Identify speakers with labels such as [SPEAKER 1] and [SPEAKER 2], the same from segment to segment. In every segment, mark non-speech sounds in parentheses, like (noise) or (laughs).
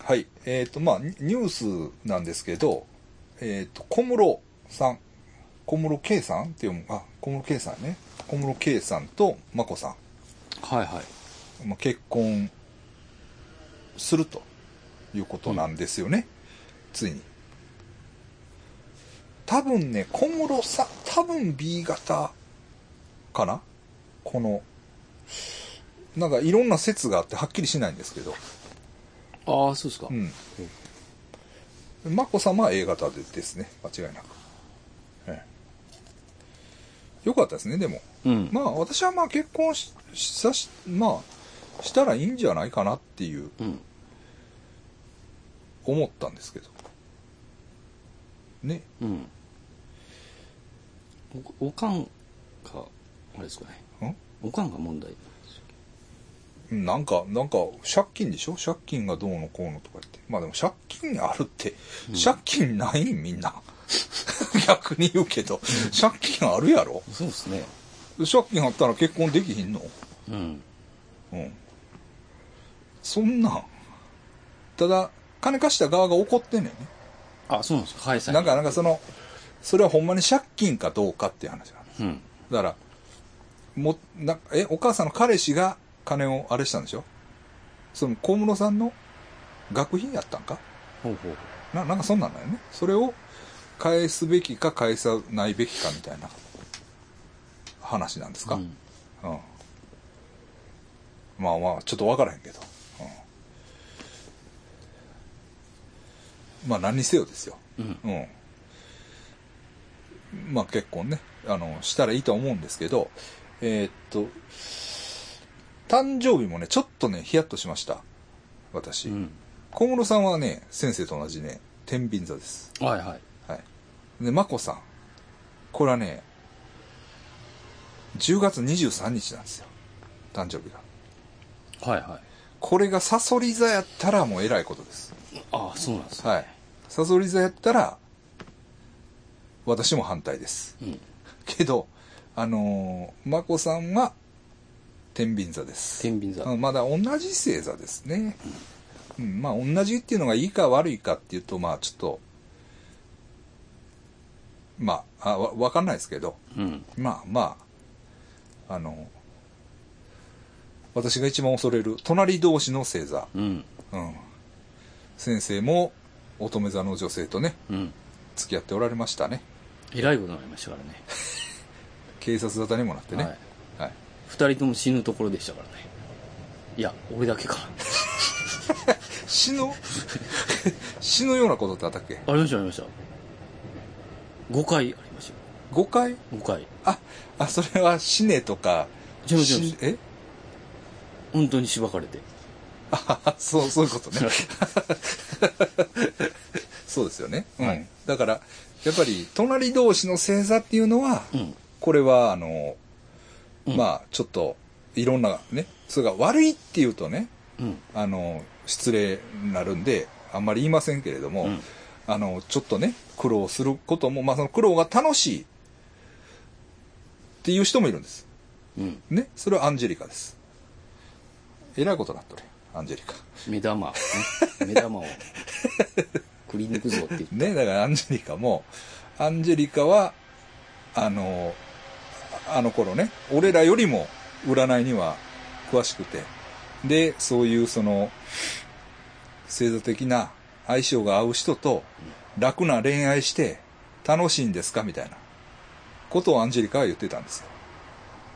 [SPEAKER 1] はい。えっ、と、まあ、ニニュースなんですけど、えっ、と、小室さん、小室圭さんって読む、あ、小室圭さんね。小室圭さんと眞子さ
[SPEAKER 2] はいはい
[SPEAKER 1] ん、まあ、結婚するということなんですよね。ついに。多分ね、小室さん、多分 B 型かなこの、なんかいろんな説があってはっきりしないんですけど。
[SPEAKER 2] ああそうですか、
[SPEAKER 1] うん。眞子さまは A 型でですね、間違いなく。ええよかったですね、でも。
[SPEAKER 2] うん
[SPEAKER 1] まあ、私はまあ結婚ししさし、まあ、したらいいんじゃないかなっていう、
[SPEAKER 2] うん
[SPEAKER 1] 思ったんですけど。ね。
[SPEAKER 2] うんおおかんかあれですかねおかんが問題
[SPEAKER 1] んなんか、なんか、借金でしょ借金がどうのこうのとか言って。まあでも借金あるって、借金ないみんな。 (laughs) 逆に言うけど、借金あるやろ
[SPEAKER 2] そうですね
[SPEAKER 1] 借金あったら結婚できひんの
[SPEAKER 2] うん
[SPEAKER 1] うん。そんなん。ただ、金貸した側が怒ってんねんね。
[SPEAKER 2] あそうなんですかはいさ
[SPEAKER 1] なんか、なんかその、それはほんまに借金かどうかっていう話なんです。
[SPEAKER 2] うん
[SPEAKER 1] だから、も、な、え、お母さんの彼氏が金をあれしたんでしょその、小室さんの学費やったんか
[SPEAKER 2] ほうほうほう
[SPEAKER 1] な、なんかそんなんだよね。それを返すべきか返さないべきかみたいな話なんですか、
[SPEAKER 2] うん
[SPEAKER 1] うんまあまあ、ちょっとわからへんけど。うんまあ何にせよですよ。
[SPEAKER 2] うん
[SPEAKER 1] うん。まあ結婚ね、あの、したらいいと思うんですけど、えーっと、誕生日もね、ちょっとね、ヒヤッとしました。私。
[SPEAKER 2] うん
[SPEAKER 1] 小室さんはね、先生と同じね、天秤座です。
[SPEAKER 2] はいはい
[SPEAKER 1] はい。で、眞子さん。これはね、10月23日なんですよ。誕生日が。
[SPEAKER 2] はいは
[SPEAKER 1] これがサソリ座やったらもうえらいことです。
[SPEAKER 2] いああそうなんですね
[SPEAKER 1] はい。サソリ座やったら、私も反対です。
[SPEAKER 2] うん
[SPEAKER 1] けど、あのー、眞子さんは、天秤座です。
[SPEAKER 2] 天秤座
[SPEAKER 1] うんまだ同じ星座ですね。うん、まあ、同じっていうのがいいか悪いかっていうと、まあ、ちょっと、まあ、あわわかんないですけど、
[SPEAKER 2] うん
[SPEAKER 1] まあまあ、あの、私が一番恐れる、隣同士の星座。
[SPEAKER 2] うん
[SPEAKER 1] うん。先生も、乙女座の女性とね、
[SPEAKER 2] うん
[SPEAKER 1] 付き合っておられましたね。
[SPEAKER 2] えらいことになりましたからね
[SPEAKER 1] 警察沙汰にもなってね。
[SPEAKER 2] はい
[SPEAKER 1] はい
[SPEAKER 2] 二人とも死ぬところでしたからねいや俺だけか
[SPEAKER 1] 死の、 (laughs) 死のようなことってあったっけ
[SPEAKER 2] ありましたありました5回ありましたよ
[SPEAKER 1] ?5 回
[SPEAKER 2] 5回
[SPEAKER 1] あ、あ、それは死ねとか、
[SPEAKER 2] 違う違う違う
[SPEAKER 1] 死え (laughs)
[SPEAKER 2] 本当にしばかれて
[SPEAKER 1] あそう、そういうことね (laughs)
[SPEAKER 2] はい。
[SPEAKER 1] そうですよね。うん。
[SPEAKER 2] はい
[SPEAKER 1] だから、やっぱり、隣同士の星座っていうのは、
[SPEAKER 2] うん
[SPEAKER 1] これは、あの、
[SPEAKER 2] うん
[SPEAKER 1] まあ、ちょっと、いろんな、ね、それが悪いっていうとね、
[SPEAKER 2] うん
[SPEAKER 1] あの、失礼になるんで、あんまり言いませんけれども、
[SPEAKER 2] うん
[SPEAKER 1] あの、ちょっとね、苦労することも、まあ、その苦労が楽しいっていう人もいるんです。
[SPEAKER 2] うん
[SPEAKER 1] ね、それはアンジェリカです。えらいことになっとるよアンジェリカ。
[SPEAKER 2] 目玉、ね、目玉をくり抜くぞって言って
[SPEAKER 1] ね、だからアンジェリカも、アンジェリカは、あの、ああの頃ね、俺らよりも占いには詳しくて、で、そういうその、星座的な相性が合う人と楽な恋愛して楽しいんですかみたいなことをアンジェリカは言ってたんですよ。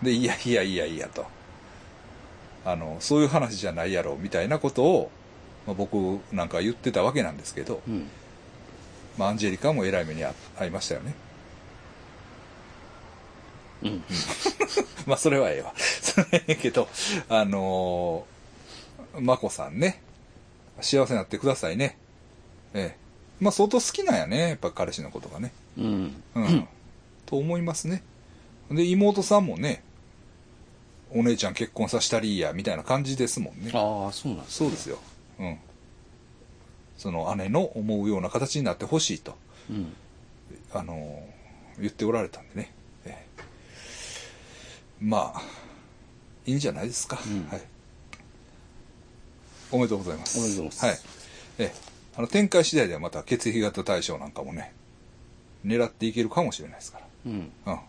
[SPEAKER 1] で、いやいやいやいやと。あの、そういう話じゃないやろ、みたいなことを、まあ、僕なんか言ってたわけなんですけど、
[SPEAKER 2] うん
[SPEAKER 1] まあ、アンジェリカもえらい目にあ遭いましたよね。 (laughs)
[SPEAKER 2] うん
[SPEAKER 1] まあ、それはええわ。 (laughs) それはええけど、あのー、マコさんね、幸せになってくださいね。ええ。まあ、相当好きなんやね、やっぱ彼氏のことがね。
[SPEAKER 2] うん
[SPEAKER 1] うん。と思いますね。で、妹さんもね、お姉ちゃん結婚させたりや、みたいな感じですもんね。
[SPEAKER 2] ああそうなんです
[SPEAKER 1] そうですよ。うん。その姉の思うような形になってほしいと。
[SPEAKER 2] うん
[SPEAKER 1] あの言っておられたんでね、ええまあいいんじゃないですか、
[SPEAKER 2] うん
[SPEAKER 1] はいおめでとうございます
[SPEAKER 2] おめでとうございます
[SPEAKER 1] はいええ、あの展開次第ではまた血液型対象なんかもね、狙っていけるかもしれないですか
[SPEAKER 2] うん。
[SPEAKER 1] ら。うん。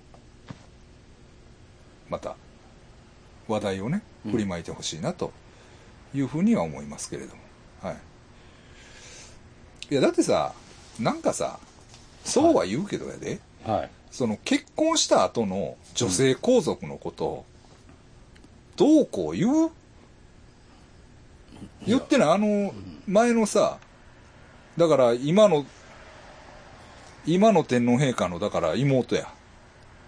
[SPEAKER 1] また、話題をね、振りまいてほしいなというふうには思いますけれども。はい。いや、だってさ、なんかさ、そうは言うけどやで、
[SPEAKER 2] はい。
[SPEAKER 1] その結婚した後の女性皇族のことを、どうこう言う言ってない、あの、前のさ、だから今の、今の天皇陛下の、だから妹や。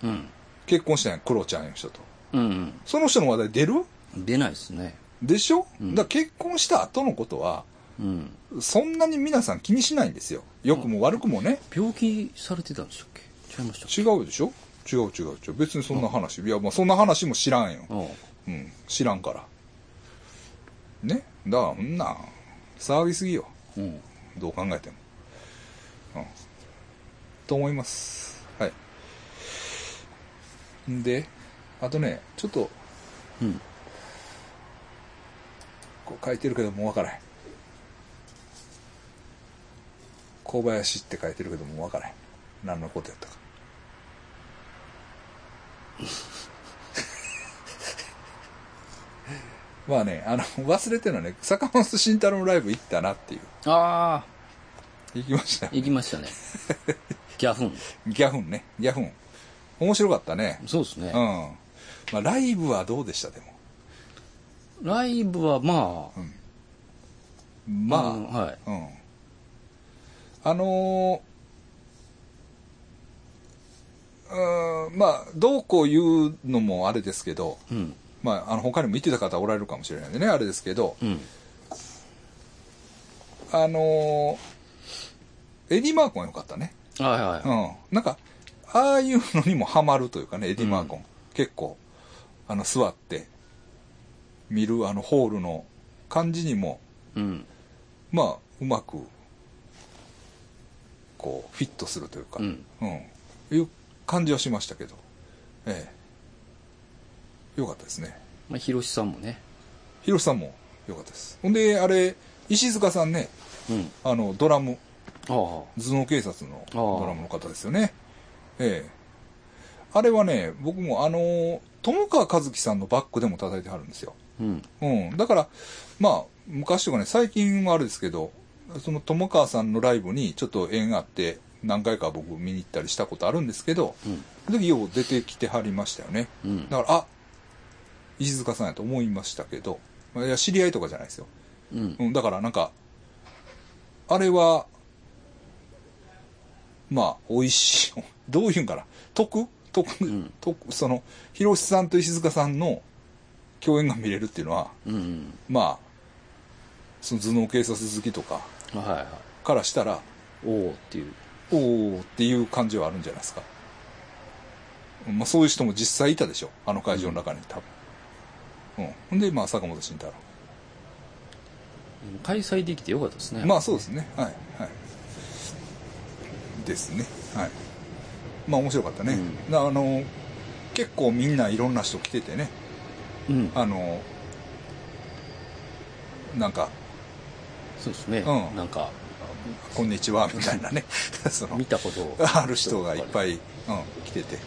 [SPEAKER 2] うん。
[SPEAKER 1] 結婚したんや、クロちゃんいう人と。
[SPEAKER 2] うん、
[SPEAKER 1] その人の話題出る
[SPEAKER 2] うん。出ないですね。
[SPEAKER 1] でしょ、
[SPEAKER 2] うん
[SPEAKER 1] だから結婚した後のことは、
[SPEAKER 2] うん。
[SPEAKER 1] そんなに皆さん気にしないんですよ。良くも悪くもね。
[SPEAKER 2] 病気されてたんでしたっけ違いましたっけ
[SPEAKER 1] 違うでしょ違う違う違う。別にそんな話。いや、まあそんな話も知らんよ。
[SPEAKER 2] ああ。
[SPEAKER 1] うん、知らんから。ね。だから、そんなん、騒ぎすぎよ。
[SPEAKER 2] うん。
[SPEAKER 1] どう考えても。うん。と思います。はい。んで、あとね、ちょっと、
[SPEAKER 2] うん。
[SPEAKER 1] こう書いてるけどもうわからへん。小林って書いてるけどもうわからへん。何のことやったか。 (laughs) まあね、あの、忘れてるのはね、坂本慎太郎のライブ行ったなっていう。
[SPEAKER 2] ああ、
[SPEAKER 1] 行きましたよ。
[SPEAKER 2] 行きましたね。ギャフン。
[SPEAKER 1] ギャフンね。ギャフン。面白かったね。
[SPEAKER 2] そうですね
[SPEAKER 1] うん。。まあ、ライブはどうでした、でも。
[SPEAKER 2] ライブはまあ、
[SPEAKER 1] まあ、
[SPEAKER 2] うんはい。
[SPEAKER 1] うん。あのー、うーんまあ、どうこう言うのもあれですけど、
[SPEAKER 2] うん。
[SPEAKER 1] まあ、あの、他にも見てた方おられるかもしれないんでね、あれですけど、
[SPEAKER 2] うん。
[SPEAKER 1] あのーエディ・マーコン良かったね。
[SPEAKER 2] はいはいうは
[SPEAKER 1] ん。なんか、ああいうのにもハマるというかね、エディ・マーコン。結構、あの、座って、見るあの、ホールの感じにも、
[SPEAKER 2] い。うん。
[SPEAKER 1] まあ、うまく、こう、フィットするというか、
[SPEAKER 2] うん。
[SPEAKER 1] うんいう感じはしましたけど、ええ。よかったですね。
[SPEAKER 2] まあ、ひろしさんもね。
[SPEAKER 1] 広瀬さんもよかったです。ほんで、あれ、石塚さんね、
[SPEAKER 2] うん。
[SPEAKER 1] あの、ドラム、
[SPEAKER 2] ああ。
[SPEAKER 1] 頭脳警察の
[SPEAKER 2] あー
[SPEAKER 1] ドラムの方ですよね。ええ。あれはね、僕もあの、友川和樹さんのバックでも叩いてはるんですよ。
[SPEAKER 2] うん。
[SPEAKER 1] うん。だから、まあ、昔とかね、最近はあれですけど、その友川さんのライブにちょっと縁があって、何回か僕見に行ったりしたことあるんですけど、
[SPEAKER 2] うん。
[SPEAKER 1] その時よう出てきてはりましたよね。
[SPEAKER 2] うん。
[SPEAKER 1] だから、あ、石塚さんやと思いましたけど、いや、知り合いとかじゃないですよ。
[SPEAKER 2] うん。
[SPEAKER 1] うん、だからなんか、あれは、まあ、美味しい。 (laughs) どういうんかな。得得、
[SPEAKER 2] ん
[SPEAKER 1] 得、その、広瀬さんと石塚さんの共演が見れるっていうのは、
[SPEAKER 2] うん。
[SPEAKER 1] まあ、その頭脳警察好きとか
[SPEAKER 2] はいはい。
[SPEAKER 1] からしたら、
[SPEAKER 2] おおっていう。
[SPEAKER 1] おーっていう感じはあるんじゃないですか。まあそういう人も実際いたでしょ。あの会場の中に多分。うん。ほんで、まあ坂本慎太郎。
[SPEAKER 2] 開催できてよかったですね。
[SPEAKER 1] まあそうですね。はい。はい。ですね。はい。まあ面白かったね。
[SPEAKER 2] う
[SPEAKER 1] なあの、結構みんないろんな人来ててね。
[SPEAKER 2] うん。
[SPEAKER 1] あの、なんか、
[SPEAKER 2] そうですね。
[SPEAKER 1] うん
[SPEAKER 2] なんか、
[SPEAKER 1] こんにちは、みたいなね。 (laughs) その
[SPEAKER 2] 見たことを
[SPEAKER 1] ある人がいっぱ
[SPEAKER 2] い。
[SPEAKER 1] い、うん、来てて。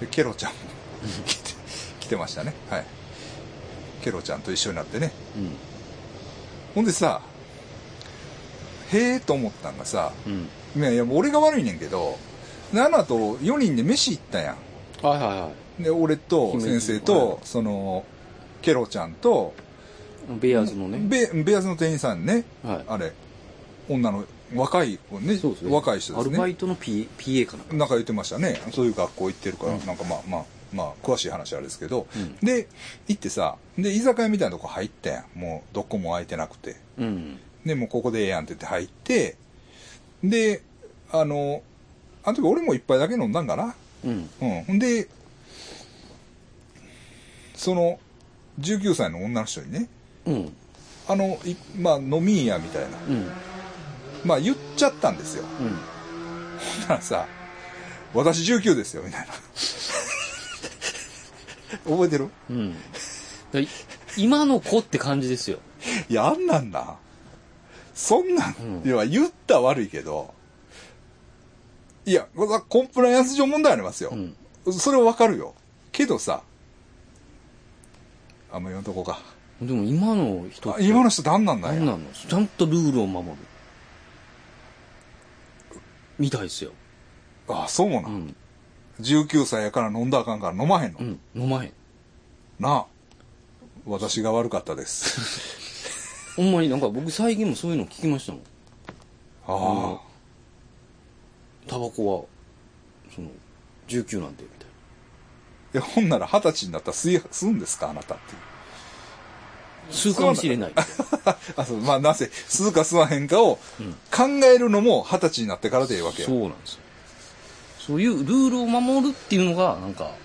[SPEAKER 1] でケロちゃ (laughs) んも来て、来てましたね。はい。ケロちゃんと一緒になってね。
[SPEAKER 2] うん。
[SPEAKER 1] ほんでさ、へえと思ったんがさ、
[SPEAKER 2] うん。
[SPEAKER 1] いやいや、俺が悪いねんけど、ナナと4人で飯行ったや
[SPEAKER 2] はいはいはい。
[SPEAKER 1] ん。で、俺と
[SPEAKER 2] 姫
[SPEAKER 1] 先
[SPEAKER 2] 路
[SPEAKER 1] 生
[SPEAKER 2] はい
[SPEAKER 1] と、その、ケロちゃんと、
[SPEAKER 2] ベイヤーズのね。
[SPEAKER 1] ベベアスの店員さんね、
[SPEAKER 2] はい。
[SPEAKER 1] あれ、女の若い子ね、
[SPEAKER 2] そうですね。
[SPEAKER 1] 若い人ですね。
[SPEAKER 2] アルバイトの P、PA かな。
[SPEAKER 1] なんか言ってましたね。そういう学校行ってるから、
[SPEAKER 2] うん
[SPEAKER 1] なんかまあまあ、まあ、詳しい話はあれですけど、
[SPEAKER 2] うん
[SPEAKER 1] で、行ってさ、で、居酒屋みたいなとこ入ったやん。もう、どこも空いてなくて。
[SPEAKER 2] うん。
[SPEAKER 1] で、もうここでええやんって言って入って、で、あの、あの時俺も一杯だけ飲んだんかな。
[SPEAKER 2] うん。
[SPEAKER 1] うん。ほんで、その、19歳の女の人にね、
[SPEAKER 2] うん。
[SPEAKER 1] あの、いまあ、飲みんやみたいな。
[SPEAKER 2] うん。
[SPEAKER 1] まあ、言っちゃったんですよ。 (laughs)
[SPEAKER 2] うん。
[SPEAKER 1] だからさ、私19ですよ、みたいな。 (laughs) 覚えてる
[SPEAKER 2] うん。だい今の子って感じですよ。
[SPEAKER 1] いや、あんなんな。そんなん
[SPEAKER 2] うん、
[SPEAKER 1] いや、言ったら悪いけど、いや、これはコンプライアンス上問題ありますよ
[SPEAKER 2] う。ん。
[SPEAKER 1] それはわかるよ。けどさ、あんま言わんとこか。
[SPEAKER 2] でも今の人
[SPEAKER 1] あ
[SPEAKER 2] って
[SPEAKER 1] 今の人何なんだ
[SPEAKER 2] 何
[SPEAKER 1] よ。
[SPEAKER 2] なのちゃんとルールを守る。みたいですよ。
[SPEAKER 1] あ、そうな。
[SPEAKER 2] うんん。
[SPEAKER 1] 19歳やから飲んだらあかんから飲まへんの
[SPEAKER 2] う。ん。飲まへん。
[SPEAKER 1] なあ。私が悪かった
[SPEAKER 2] (laughs)
[SPEAKER 1] です。
[SPEAKER 2] ほんまになんか僕最近もそういうの聞きましたもん。
[SPEAKER 1] ああ。
[SPEAKER 2] タバコは、その、19なんで、みたい
[SPEAKER 1] いや、ほんなら二十歳になったら吸い、吸うんですかあなたっていう。 (laughs)
[SPEAKER 2] な。吸うかもしれない。
[SPEAKER 1] あ、そう、まあ、なぜ、吸うか吸わへんかを
[SPEAKER 2] うん
[SPEAKER 1] 考えるのも二十歳になってからでいいわけや
[SPEAKER 2] そうなんですよ。そういうルールを守るっていうのが、なんか、あの、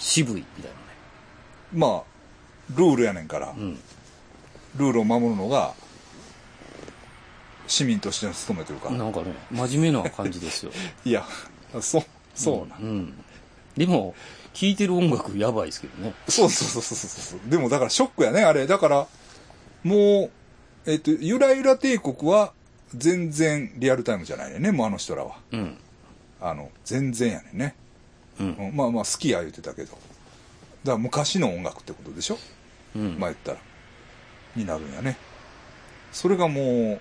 [SPEAKER 2] 渋いみたい
[SPEAKER 1] まあ、ルールやねんから
[SPEAKER 2] な、ね。
[SPEAKER 1] ルールを守るのが、市民としての務めというか
[SPEAKER 2] うん。。なんかね、真面目な感じです (laughs) よ。
[SPEAKER 1] いや、そう、そうなん。
[SPEAKER 2] うん。でも、聴いてる音楽やばいですけどね。
[SPEAKER 1] そうそうそうそうそうそう。でもだからショックやね、あれ。だから、もう、えっと、ゆらゆら帝国は全然リアルタイムじゃないねんね、もうあの人らは。
[SPEAKER 2] うん。
[SPEAKER 1] あの、全然やねんね。
[SPEAKER 2] うん。
[SPEAKER 1] うんまあまあ好きや言うてたけど。だから昔の音楽ってことでしょ
[SPEAKER 2] うん。
[SPEAKER 1] まあ言ったら。になるんやね。それがもう、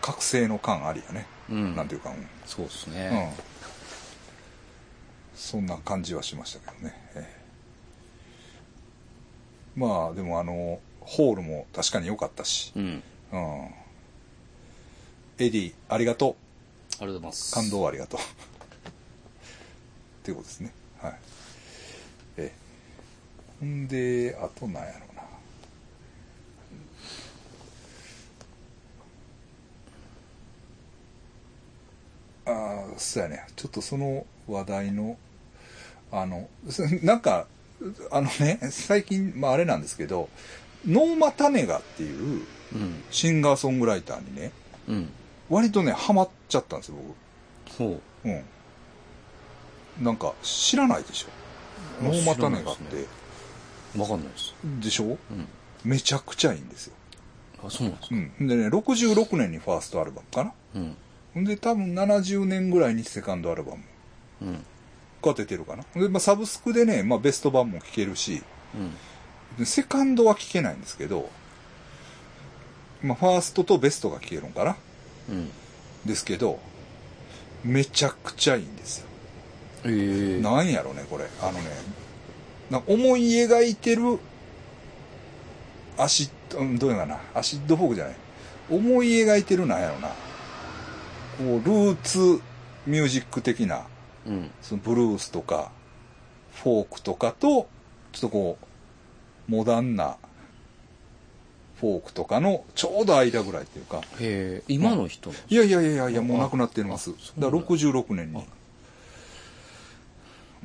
[SPEAKER 1] 覚醒の感ありやね。
[SPEAKER 2] うん。
[SPEAKER 1] なんていうか、うん。
[SPEAKER 2] そうです
[SPEAKER 1] う
[SPEAKER 2] ね
[SPEAKER 1] ん。そんな感じはしましたけどね。ええまあ、でもあの、ホールも確かに良かったし。
[SPEAKER 2] うん。あり
[SPEAKER 1] うん。エディ、ありがと
[SPEAKER 2] がとうございま
[SPEAKER 1] う。
[SPEAKER 2] す。
[SPEAKER 1] 感動をありがとう。っていうことですね。はい。ええ。ほんで、あとなんやろうな。ああそうやねちょっとその話題のあの (laughs) そなんかあのね最近、まあ、あれなんですけどノーマ・タネガっていう
[SPEAKER 2] うん。
[SPEAKER 1] シンガーソングライターにね
[SPEAKER 2] うん。
[SPEAKER 1] 割とねハマっちゃったんですよ
[SPEAKER 2] そう。
[SPEAKER 1] 僕うんなんか知らないでしょノーマ・タネガっ
[SPEAKER 2] 知らない
[SPEAKER 1] て
[SPEAKER 2] でわかんないです。
[SPEAKER 1] でしょ
[SPEAKER 2] うん。
[SPEAKER 1] めちゃくちゃいいんですよ、
[SPEAKER 2] あ、そうなんです
[SPEAKER 1] う
[SPEAKER 2] か。
[SPEAKER 1] ん、でね66年にファーストアルバムかな
[SPEAKER 2] うん。
[SPEAKER 1] ほんで多分70年ぐらいにセカンドアルバム
[SPEAKER 2] うん。
[SPEAKER 1] が出てるかな。で、まあ、サブスクでね、まあ、ベスト版も聴けるし、
[SPEAKER 2] うん。
[SPEAKER 1] でセカンドは聴けないんですけど、まあ、ファーストとベストが聴けるんかな
[SPEAKER 2] うん。
[SPEAKER 1] ですけど、めちゃくちゃいいんですよ。
[SPEAKER 2] ええー。
[SPEAKER 1] なんやろね、これ。あのね、なんか思い描いてる、アシッド、うんどういうのかな、アシッドフォークじゃない。思い描いてるなんやろな。こう、ルーツミュージック的な、
[SPEAKER 2] うん。
[SPEAKER 1] そのブルースとか、フォークとかと、ちょっとこう、モダンな、フォークとかのちょうど間ぐらいっていうか、
[SPEAKER 2] へえ、今の人
[SPEAKER 1] いやいやいやいやいや、もう亡くなってます
[SPEAKER 2] あそ。うな
[SPEAKER 1] だ
[SPEAKER 2] ん
[SPEAKER 1] か
[SPEAKER 2] だ
[SPEAKER 1] ら66年に。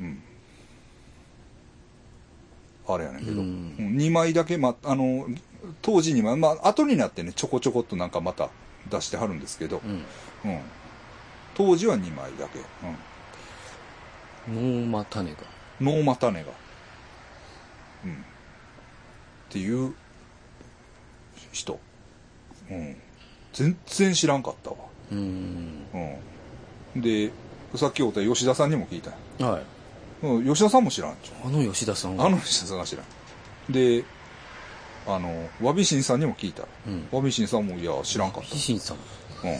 [SPEAKER 1] うん。あれやねんけど、
[SPEAKER 2] う
[SPEAKER 1] うんん2枚だけ、ま、あの、当時に枚、まあ、後になってね、ちょこちょこっとなんかまた出してはるんですけど、うん。当時は2枚だけ。うん。
[SPEAKER 2] うん。ノーマタネが。
[SPEAKER 1] ノーマタネが。うん。っていう人。うん。全然知らんかったわ。
[SPEAKER 2] うーん。
[SPEAKER 1] うん。で、さっきおった吉田さんにも聞いたんや
[SPEAKER 2] はい。
[SPEAKER 1] うん、吉田さんも知らんじ
[SPEAKER 2] あの吉田さん
[SPEAKER 1] ゃん。あ、の吉田さんが知らん。で、あの、わびしんさんにも聞いた。
[SPEAKER 2] うん。
[SPEAKER 1] わびしんさんも、いや、知らんかっ
[SPEAKER 2] ヒシンさん。
[SPEAKER 1] た。うん。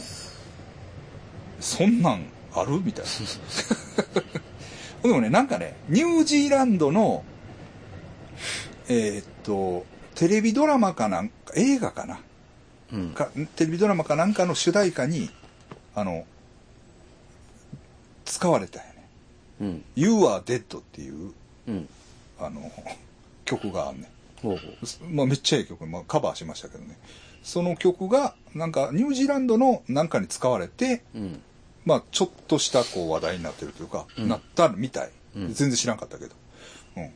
[SPEAKER 1] そんなんあるみたいな。 (laughs) でもね、なんかね、ニュージーランドの、えーっと、テレビドラマかなんか、映画かな
[SPEAKER 2] うん。
[SPEAKER 1] か、テレビドラマかなんかの主題歌に、あの、使われたよね。
[SPEAKER 2] うん。
[SPEAKER 1] You are dead っていう、
[SPEAKER 2] うん。
[SPEAKER 1] あの、 (laughs) 曲があんねん。
[SPEAKER 2] ほうほう。
[SPEAKER 1] まあ、めっちゃいい曲、まあ、カバーしましたけどね。その曲が、なんか、ニュージーランドのなんかに使われて、
[SPEAKER 2] うん。
[SPEAKER 1] まあ、ちょっとしたこう話題になってるというか、
[SPEAKER 2] うん
[SPEAKER 1] なったみたい。
[SPEAKER 2] うん
[SPEAKER 1] 全然知らんかったけど。うん。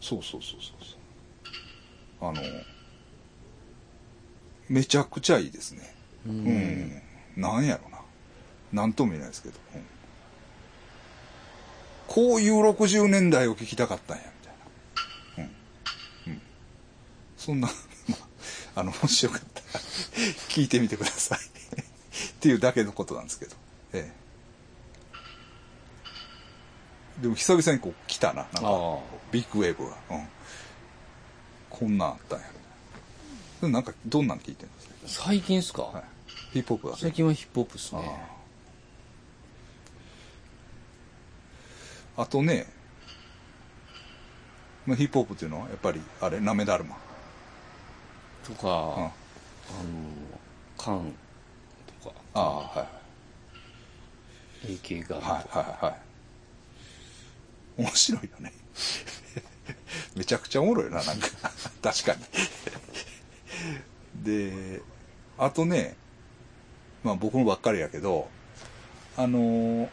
[SPEAKER 1] そうそうそうそうそう。あの、めちゃくちゃいいですね。
[SPEAKER 2] う。
[SPEAKER 1] うんん。なんやろな。なんとも言えないですけど。うんこういう60年代を聞きたかったんや、みたいな。うん。うん。そんな、 (laughs) まあ、あの、もしよかったら聞いてみてください (laughs) っていうだけのことなんですけど。ええ。でも久々にこう来たな、なんか
[SPEAKER 2] ああ、
[SPEAKER 1] ビッグウェーブが。うん。こんなんあったんや。でなんか、どんなん聞いてるんですか
[SPEAKER 2] 最近っすか、
[SPEAKER 1] はい。ヒップホップだ
[SPEAKER 2] 最
[SPEAKER 1] け。
[SPEAKER 2] 近はヒップホップっすね。
[SPEAKER 1] あとね、まあ、ヒップホップっていうのは、やっぱり、あれ、ナメダルマ。
[SPEAKER 2] と
[SPEAKER 1] うん。
[SPEAKER 2] か
[SPEAKER 1] あ、
[SPEAKER 2] あの、カンとか、
[SPEAKER 1] あ、はいはい。
[SPEAKER 2] AK ガンとか、
[SPEAKER 1] はいはいはい。面白いよね。 (laughs) めちゃくちゃおもろいよな、なんか。 (laughs) 確かに。で、あとね、まあ僕もばっかりやけど、あのー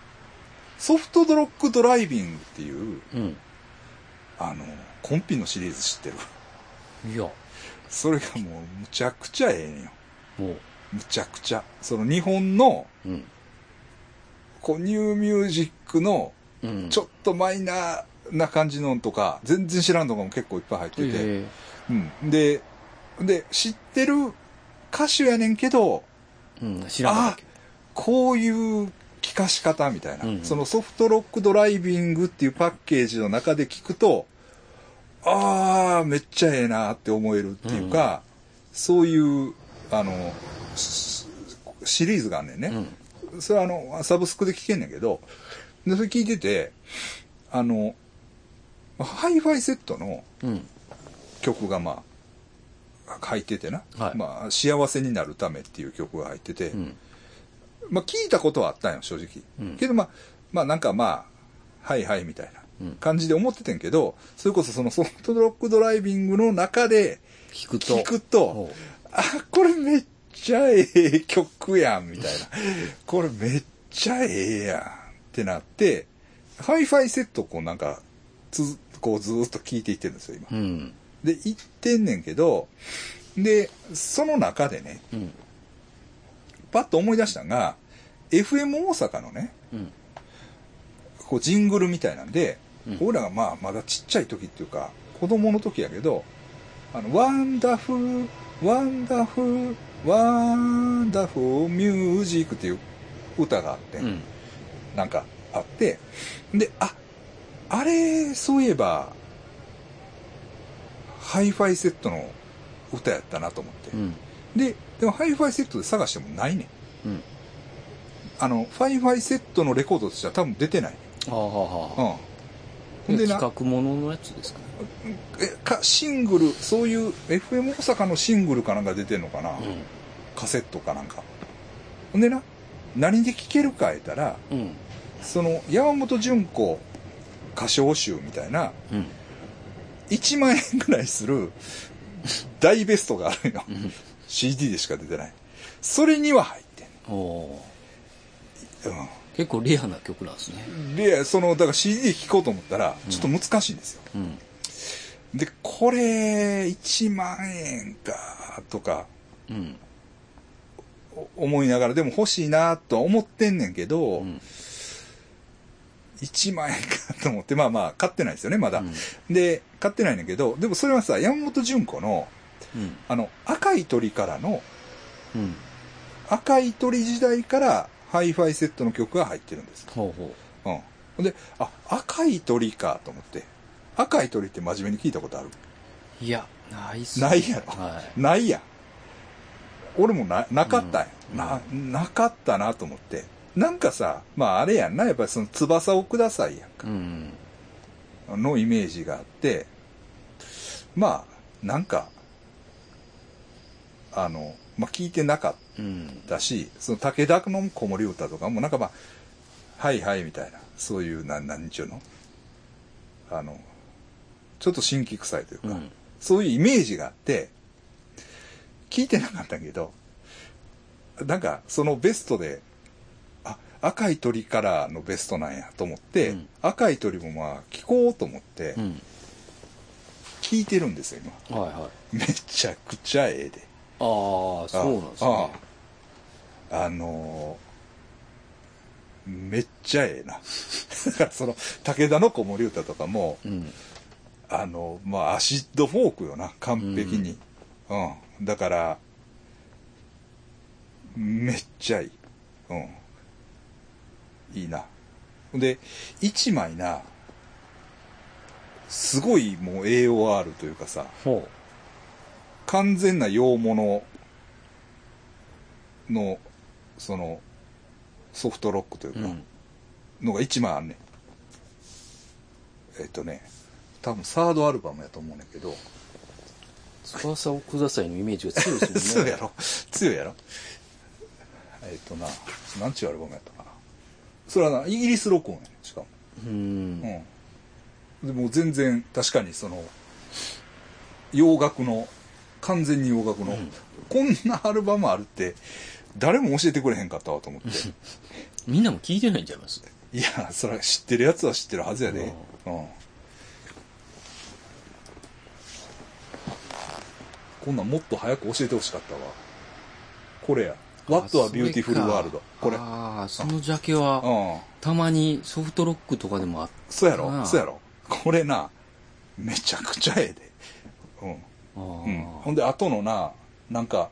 [SPEAKER 1] ソフトドロックドライビングっていう、
[SPEAKER 2] うん。
[SPEAKER 1] あのーコンピのシリーズ知ってる。 (laughs)
[SPEAKER 2] いや、も
[SPEAKER 1] それがもうむちゃくちゃええねんよ。
[SPEAKER 2] う、
[SPEAKER 1] むちゃくちゃ。その日本の、
[SPEAKER 2] うん。
[SPEAKER 1] こうニューミュージックの
[SPEAKER 2] うん。
[SPEAKER 1] ちょっとマイナーな感じのんとか、全然知らんとかも結構いっぱい入ってて。
[SPEAKER 2] え
[SPEAKER 1] うん。で、で、知ってる歌手やねんけど、
[SPEAKER 2] えうん、知らなかったけ
[SPEAKER 1] こういう聞かし方みたいな、
[SPEAKER 2] うんうん
[SPEAKER 1] そのソフトロックドライビングっていうパッケージの中で聞くと、ああ、めっちゃええなって思えるっていうか、そういう、あの、しシリーズがあんねんね。
[SPEAKER 2] ど。
[SPEAKER 1] それはあの、サブスクで聞けんねんけど、で、それ聞いてて、あの、ハイファイセットの
[SPEAKER 2] うん。うん。
[SPEAKER 1] 曲がまあ、入っててな。
[SPEAKER 2] はい
[SPEAKER 1] まあ、幸せになるためっていう曲が入ってて、
[SPEAKER 2] うん。
[SPEAKER 1] まあ、聞いたことはあったんよ、正直。
[SPEAKER 2] うん
[SPEAKER 1] けどまあ、まあなんかまあ、はいはいみたいな
[SPEAKER 2] うん
[SPEAKER 1] 感じで思っててんけど、それこそそのソフトロックドライビングの中で
[SPEAKER 2] 聞くと。
[SPEAKER 1] 聞くと、
[SPEAKER 2] おう
[SPEAKER 1] あ、これめっちゃええ曲やん、みたいな。これめっちゃええやん、ってなって、ハイファイセットをこうなんか、つ、こうずーっと聞いていってるんですよ、今。
[SPEAKER 2] うん。
[SPEAKER 1] で、行ってんねんけど、で、その中でね、
[SPEAKER 2] うん。
[SPEAKER 1] パッと思い出したのが、FM 大阪のね、
[SPEAKER 2] うん。
[SPEAKER 1] こうジングルみたいなんで、
[SPEAKER 2] うん
[SPEAKER 1] 俺らがまあまだちっちゃい時っていうか、子供の時やけど、あの、ワンダフル、ワンダフル、ワンダフルミュージックっていう歌があって、
[SPEAKER 2] うん。
[SPEAKER 1] なんかあって、で、あ、あれ、そういえば、ハイファイセットの歌やったなと思って。
[SPEAKER 2] うん。
[SPEAKER 1] で、でもハイファイセットで探してもないねん。
[SPEAKER 2] うん。
[SPEAKER 1] あの、ファイファイセットのレコードとしては多分出てない。
[SPEAKER 2] ああ、はあ、
[SPEAKER 1] うん
[SPEAKER 2] はあ。。
[SPEAKER 1] ほんでな
[SPEAKER 2] 企、画もののやつですかね。
[SPEAKER 1] えかシングルそういう FM 大阪のシングルかなんか出てんのかな、カセットかなんかほんでな何で聴けるか言ったら
[SPEAKER 2] うん。うん。
[SPEAKER 1] その山本純子歌唱集みたいな
[SPEAKER 2] うん。
[SPEAKER 1] 1万円ぐらいする大ベストがあるよ
[SPEAKER 2] うん。
[SPEAKER 1] CD でしか出てないそれには入って
[SPEAKER 2] おー
[SPEAKER 1] んねん、
[SPEAKER 2] 結構レアな曲なんですね。
[SPEAKER 1] うん、でそのだから CD で聴こうと思ったらちょっと難しいんですよ、
[SPEAKER 2] うん。
[SPEAKER 1] でこれ1万円かとか
[SPEAKER 2] うん。
[SPEAKER 1] 思いながら、でも欲しいなとは思ってんねんけど、
[SPEAKER 2] うん。
[SPEAKER 1] 1万円かと思って、まあまあ、買ってないですよね、まだ。
[SPEAKER 2] うん
[SPEAKER 1] で、買ってないねんだけど、でもそれはさ、山本純子の、
[SPEAKER 2] うん。
[SPEAKER 1] あの、赤い鳥からの、
[SPEAKER 2] うん。
[SPEAKER 1] 赤い鳥時代から、ハイファイセットの曲が入ってるんです。
[SPEAKER 2] ほうほ
[SPEAKER 1] うん。ほんで、あ、赤い鳥かと思って。赤い鳥って真面目に聞いたことある
[SPEAKER 2] う。いや、ないっすね
[SPEAKER 1] ないやろ。
[SPEAKER 2] はい。
[SPEAKER 1] ないやん。俺もな、なかったんや、
[SPEAKER 2] うん
[SPEAKER 1] な、なかったなと思って。なんかさ、まああれやんな、やっぱりその翼をくださいやんか。
[SPEAKER 2] うん。
[SPEAKER 1] のイメージがあって、まあ、なんか、あの、まあ聞いてなかっ
[SPEAKER 2] うん。
[SPEAKER 1] たし、その武田の子守歌とかもなんかまあ、はいはいみたいな、そういう、なん、なんちゅうのあの、ちょっと新規臭いというか、
[SPEAKER 2] うん。
[SPEAKER 1] そういうイメージがあって、聞いてなかったけど、なんかそのベストで、あ、赤い鳥からのベストなんやと思って、
[SPEAKER 2] うん
[SPEAKER 1] 赤い鳥もまあ聞こうと思って
[SPEAKER 2] う、ん。
[SPEAKER 1] 聞いてるんですよ、今。
[SPEAKER 2] はいはい。
[SPEAKER 1] めちゃくちゃええで。
[SPEAKER 2] ああ、そうなんですね。
[SPEAKER 1] あああのー (laughs) めっちゃええな。だからその、武田の子守歌とかも、
[SPEAKER 2] うん。
[SPEAKER 1] あの、まあ、アシッドフォークよな、完璧に。うん。だから、めっちゃいい。うん。いいな。で、一枚な、すごいもう AOR というかさ、
[SPEAKER 2] ほ
[SPEAKER 1] 完全な洋物の、その、ソフトロックという
[SPEAKER 2] う。
[SPEAKER 1] か、
[SPEAKER 2] うん。
[SPEAKER 1] のが1枚あんねん。えっとね、多分サードアルバムやと思うねんけど、
[SPEAKER 2] 翼をくださいのイメージが強いです
[SPEAKER 1] 強 (laughs)
[SPEAKER 2] もん
[SPEAKER 1] い
[SPEAKER 2] ね。
[SPEAKER 1] やろ強いやろえっとな、なんちゅうアルバムやったかな。それはな、イギリス録音やねんしかも。
[SPEAKER 2] う。
[SPEAKER 1] うんん。でもう全然、確かにその、洋楽の、完全に洋楽の、こんなアルバムあるって、誰も教えてくれへんかったわと思って。
[SPEAKER 2] みんなも聞いてないんちゃいます
[SPEAKER 1] いや、それは知ってるやつは知ってるはずやで。うん。こんなんもっと早く教えてほしかったわ。これや。What a Beautiful World. これ。
[SPEAKER 2] ああ、そのジャケは、
[SPEAKER 1] うん。
[SPEAKER 2] たまにソフトロックとかでもあっ
[SPEAKER 1] そうや
[SPEAKER 2] あ
[SPEAKER 1] ろ
[SPEAKER 2] ー
[SPEAKER 1] そうやろこれな、めちゃくちゃええで。
[SPEAKER 2] あ
[SPEAKER 1] うん。うん。
[SPEAKER 2] ー
[SPEAKER 1] ほんで、後のな、なんか、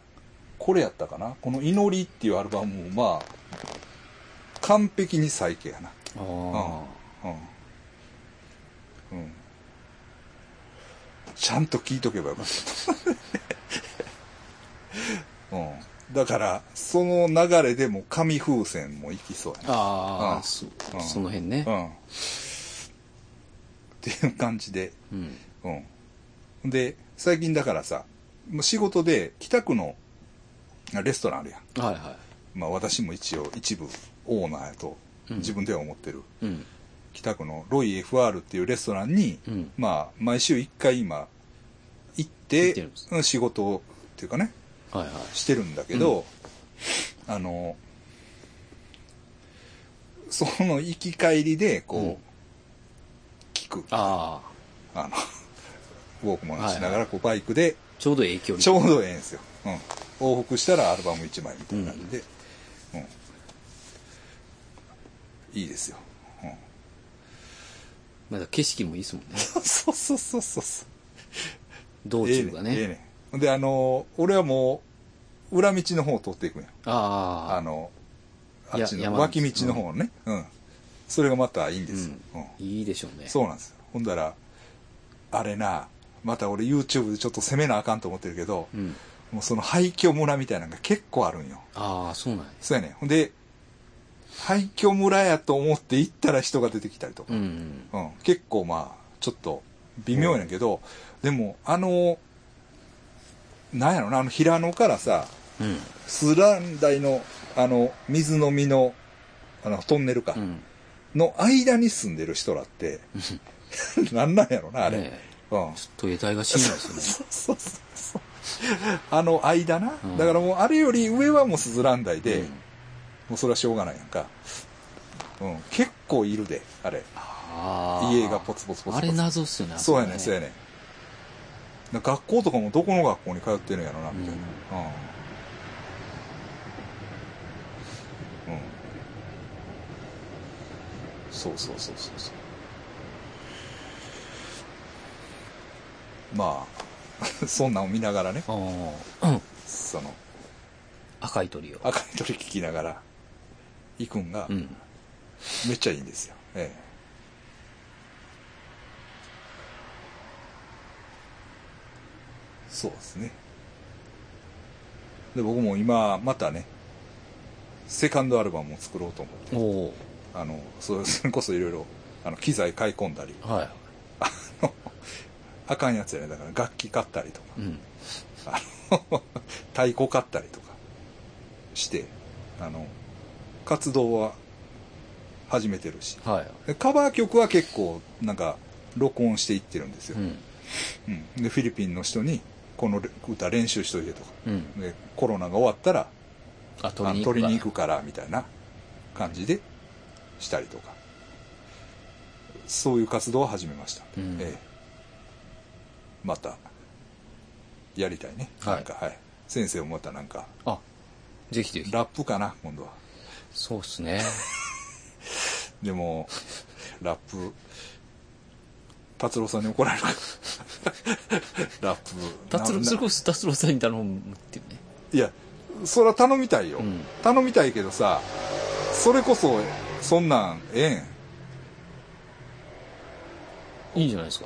[SPEAKER 1] これやったかなこの祈りっていうアルバムも、まあ、完璧に再建やな。
[SPEAKER 2] あー。
[SPEAKER 1] うん。うん。ちゃんと聞いとけばよかった。 (laughs) うん。だから、その流れでも紙風船も行きそうや
[SPEAKER 2] あ
[SPEAKER 1] う
[SPEAKER 2] あ、
[SPEAKER 1] ん
[SPEAKER 2] そ
[SPEAKER 1] うん
[SPEAKER 2] その辺ね。
[SPEAKER 1] な。うん。っていう感じで、
[SPEAKER 2] うん。
[SPEAKER 1] うん。で、最近だからさ、もう仕事で北区のレストランあるやん。
[SPEAKER 2] はいは
[SPEAKER 1] まあ私も一応一部オーナーやと
[SPEAKER 2] うん
[SPEAKER 1] 自分では思ってる。
[SPEAKER 2] い。うん。
[SPEAKER 1] 北区のロイ FR っていうレストランに、
[SPEAKER 2] うん
[SPEAKER 1] まあ、毎週1回今、行っ
[SPEAKER 2] 行
[SPEAKER 1] て、
[SPEAKER 2] ってるんです
[SPEAKER 1] うん仕事をっていうかね、
[SPEAKER 2] はいはい。
[SPEAKER 1] してるんだけど、あの、その行き帰りで、こう、
[SPEAKER 2] うん
[SPEAKER 1] 聞く。
[SPEAKER 2] ああ、
[SPEAKER 1] あの、ウォークマンしながら、こう、バイクで、
[SPEAKER 2] ちょうど影響
[SPEAKER 1] ちょうどええんですよ。うん。往復したらアルバム1枚みたいな感じで。うん。いいですよ。うん。
[SPEAKER 2] まだ景色もいいですもんね。
[SPEAKER 1] そうそうそうそうそう。
[SPEAKER 2] 道中が
[SPEAKER 1] ええ
[SPEAKER 2] ね。
[SPEAKER 1] ねんで、あの、俺はもう、裏道の方を通っていくんや。あ
[SPEAKER 2] あ
[SPEAKER 1] の、あ
[SPEAKER 2] いや
[SPEAKER 1] っちの
[SPEAKER 2] 山道
[SPEAKER 1] 脇道の方のね。うん。それがまたいいんですよ。
[SPEAKER 2] う
[SPEAKER 1] うん。
[SPEAKER 2] あ、いいでしょうね。
[SPEAKER 1] そうなんですよ。ほんだら、あれな、また俺 YouTube でちょっと攻めなあかんと思ってるけど、
[SPEAKER 2] うん。
[SPEAKER 1] もうその廃墟村みたいなのが結構あるんよ。
[SPEAKER 2] ああ、そうなんです。
[SPEAKER 1] そうやねん。ほんで、廃墟村やと思って行ったら人が出てきたりとか
[SPEAKER 2] う。ん。
[SPEAKER 1] うん、結構まあちょっと微妙やねんけど、でもあのなんやろなあの平野からさ
[SPEAKER 2] うん。
[SPEAKER 1] スラン台のあの水の実のあのトンネルか、
[SPEAKER 2] うん。
[SPEAKER 1] の間に住んでる人らって (laughs) なんなんやろなあれ、
[SPEAKER 2] ねえ
[SPEAKER 1] うん
[SPEAKER 2] ちょっと得体が知らない
[SPEAKER 1] (laughs)
[SPEAKER 2] ですよね。
[SPEAKER 1] そうそうそうそうあの間な、
[SPEAKER 2] うん
[SPEAKER 1] だからもうあれより上はもうスズラン台で、
[SPEAKER 2] うん
[SPEAKER 1] もうそれはしょうがないやんか、うん、結構いるであれ
[SPEAKER 2] ああ。
[SPEAKER 1] 家がポツポツポツポツ
[SPEAKER 2] あれ謎っすよね。
[SPEAKER 1] そうやねんそうや
[SPEAKER 2] ね。
[SPEAKER 1] ねんな学校とかもどこの学校に通ってるんやろなみたいなうん、うんそうそうそうそうそうまあ (laughs) そんなんを見ながらね
[SPEAKER 2] ああ。うん。
[SPEAKER 1] その
[SPEAKER 2] 赤い鳥を。
[SPEAKER 1] 赤い鳥聞きながら行くんが
[SPEAKER 2] うん。
[SPEAKER 1] めっちゃいいんですよ、ええそうですねで僕も今またねセカンドアルバムを作ろうと思
[SPEAKER 2] お
[SPEAKER 1] って
[SPEAKER 2] お
[SPEAKER 1] あのそうそれこそいろいろあの機材買い込んだり
[SPEAKER 2] ー。は
[SPEAKER 1] あのあかんやつやねだから楽器買ったりとか
[SPEAKER 2] い。うん。
[SPEAKER 1] あの (laughs) 太鼓買ったりとかしてあの活動は始めてるし
[SPEAKER 2] は
[SPEAKER 1] でカバー曲は結構なんか録音していってるんです
[SPEAKER 2] い。
[SPEAKER 1] よ
[SPEAKER 2] う、ん。
[SPEAKER 1] うんでフィリピンの人にこの歌練習しといてとか
[SPEAKER 2] うん。
[SPEAKER 1] でコロナが終わったら
[SPEAKER 2] あ、
[SPEAKER 1] あの
[SPEAKER 2] 鳥に行く。
[SPEAKER 1] 取りに行くからみたいな感じでしたりとかそういう活動を始めました、
[SPEAKER 2] うん
[SPEAKER 1] ええまたやりたいね、
[SPEAKER 2] はい
[SPEAKER 1] なんかはい先生もまたなんか
[SPEAKER 2] あ、ぜひぜひ。
[SPEAKER 1] ラップかな今度は
[SPEAKER 2] そうっ
[SPEAKER 1] (laughs)
[SPEAKER 2] すね。
[SPEAKER 1] でも、ラップ、達郎さんに怒られる
[SPEAKER 2] (laughs)
[SPEAKER 1] からラップ
[SPEAKER 2] 達郎
[SPEAKER 1] な
[SPEAKER 2] それこそ達郎さんに頼むっていうね
[SPEAKER 1] いやそら頼みたいよ、
[SPEAKER 2] うん
[SPEAKER 1] 頼みたいけどさそれこそそんなんえ
[SPEAKER 2] いいんじゃないですか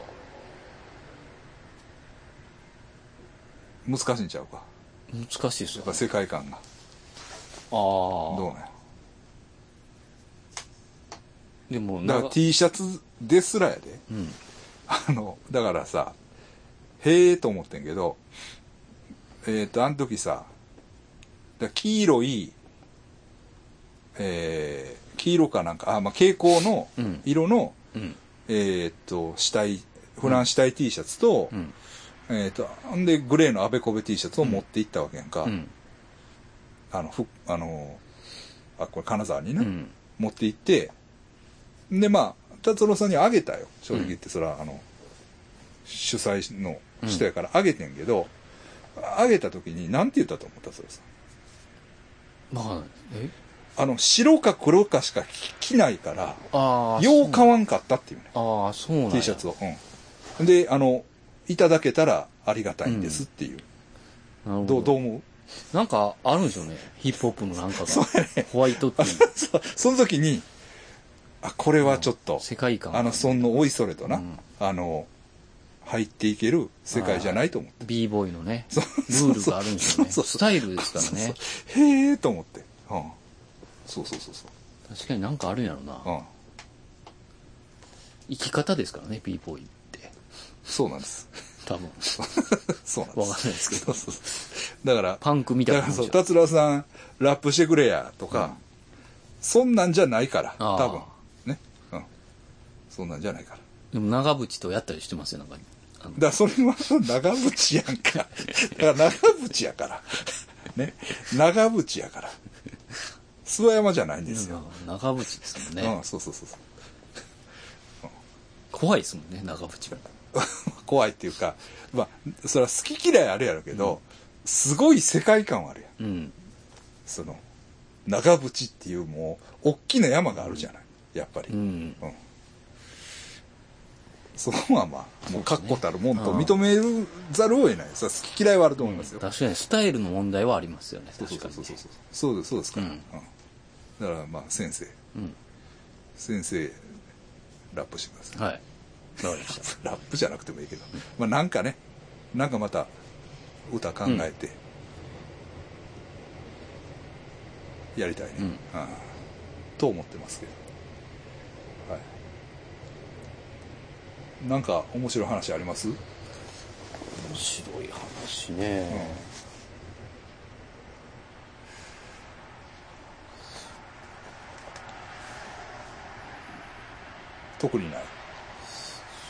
[SPEAKER 1] えん難しいんちゃうか
[SPEAKER 2] 難しいです
[SPEAKER 1] や
[SPEAKER 2] よ
[SPEAKER 1] っぱ世界観が
[SPEAKER 2] あ
[SPEAKER 1] どう
[SPEAKER 2] あ
[SPEAKER 1] なんや
[SPEAKER 2] でも
[SPEAKER 1] だから T シャツですらやで
[SPEAKER 2] うん
[SPEAKER 1] あの、だからさ、へえと思ってんけど、えっ、と、あの時さ、だ黄色い、えー、黄色かなんか、あ、まあ、蛍光の
[SPEAKER 2] うん
[SPEAKER 1] 色の、
[SPEAKER 2] うん
[SPEAKER 1] えっ、と、死体、フラン死体 T シャツと、
[SPEAKER 2] うん
[SPEAKER 1] えっ、と、ほんで、グレーのアベコベ T シャツを持っていったわけやんか。
[SPEAKER 2] うん
[SPEAKER 1] あの、ふ、あのーあ、これ金沢にな、
[SPEAKER 2] うん
[SPEAKER 1] 持って行って、で、まあ、達郎さんにはあげたよ。正直言って、それは、あの、主催の人やからあげてんけど、あ、げた時に、なんて言ったと思った、達郎さ
[SPEAKER 2] わかんないえ
[SPEAKER 1] ん。あの、白か黒かしか着着ないから、
[SPEAKER 2] ああ
[SPEAKER 1] よう買
[SPEAKER 2] わ
[SPEAKER 1] わんかったっていうね、
[SPEAKER 2] ああそうなん
[SPEAKER 1] T シャツ
[SPEAKER 2] を
[SPEAKER 1] を。うん。で、あの、いただけたらありがたいんですっていう。
[SPEAKER 2] なる
[SPEAKER 1] ど
[SPEAKER 2] ほ
[SPEAKER 1] う、どう
[SPEAKER 2] ど
[SPEAKER 1] 思う (laughs)
[SPEAKER 2] なんかあるんですよねヒップホップのなんか
[SPEAKER 1] そうやね
[SPEAKER 2] がホワイトっていう
[SPEAKER 1] そその時に、あ、これはちょっと、
[SPEAKER 2] 世界観
[SPEAKER 1] あの、そんのおいそれとな、
[SPEAKER 2] うん
[SPEAKER 1] あの、入っていける世界じゃないと思って。
[SPEAKER 2] b ボーイのね
[SPEAKER 1] そ
[SPEAKER 2] ル
[SPEAKER 1] うそう
[SPEAKER 2] ールがあるんですよね
[SPEAKER 1] そうそう
[SPEAKER 2] スタイルですからね
[SPEAKER 1] そうそうへえと思って。うん。そうそうそうそう。
[SPEAKER 2] 確かになんかあるんやろな
[SPEAKER 1] うん。
[SPEAKER 2] 生き方ですからね b ボーイって
[SPEAKER 1] そうなんです。 (laughs)
[SPEAKER 2] 多分
[SPEAKER 1] そうなんです。
[SPEAKER 2] わかんないですけ
[SPEAKER 1] ど。そうそうだから、
[SPEAKER 2] パンクみたい
[SPEAKER 1] だ
[SPEAKER 2] な
[SPEAKER 1] から
[SPEAKER 2] 感じ
[SPEAKER 1] そう、達郎さん、ラップしてくれや、とか、そんなんじゃないから、
[SPEAKER 2] あー
[SPEAKER 1] 多分。ね。うん。そんなんじゃないから。
[SPEAKER 2] でも長渕とやったりしてますよなんかあの
[SPEAKER 1] だからそれは長渕やんか。だから長渕やから。ね。長渕やから。諏訪山じゃないんですよ。
[SPEAKER 2] 長渕ですもんね、
[SPEAKER 1] うん、そうそうそうそう。
[SPEAKER 2] 怖いですもんね長渕も
[SPEAKER 1] (laughs) 怖いっていうか、まあ、それは好き嫌いあるやろうけど、すごい世界観はあるやん。
[SPEAKER 2] うん
[SPEAKER 1] その、長渕っていうもう、大きな山があるじゃない。やっぱり。
[SPEAKER 2] う。ん
[SPEAKER 1] うん、そこはまあ、もう確固たるもんと認めるざるを得ない。さ、好き嫌いはあると思いますよ。
[SPEAKER 2] 確かにスタイルの問題はありますよね
[SPEAKER 1] そうそ
[SPEAKER 2] 確
[SPEAKER 1] う
[SPEAKER 2] か
[SPEAKER 1] そう
[SPEAKER 2] に
[SPEAKER 1] そうそうそうですそうですから、
[SPEAKER 2] うん
[SPEAKER 1] うんだからまあ先生
[SPEAKER 2] うん
[SPEAKER 1] 先生ラップしてください
[SPEAKER 2] はいわかりました
[SPEAKER 1] ラップじゃなくてもいいけど、まあ、なんかねなんかまた歌考えて、やりたいね、
[SPEAKER 2] うん
[SPEAKER 1] ああと思ってますけどはいなんか面白い話あります、
[SPEAKER 2] 面白い話
[SPEAKER 1] うん
[SPEAKER 2] ね、
[SPEAKER 1] 特にない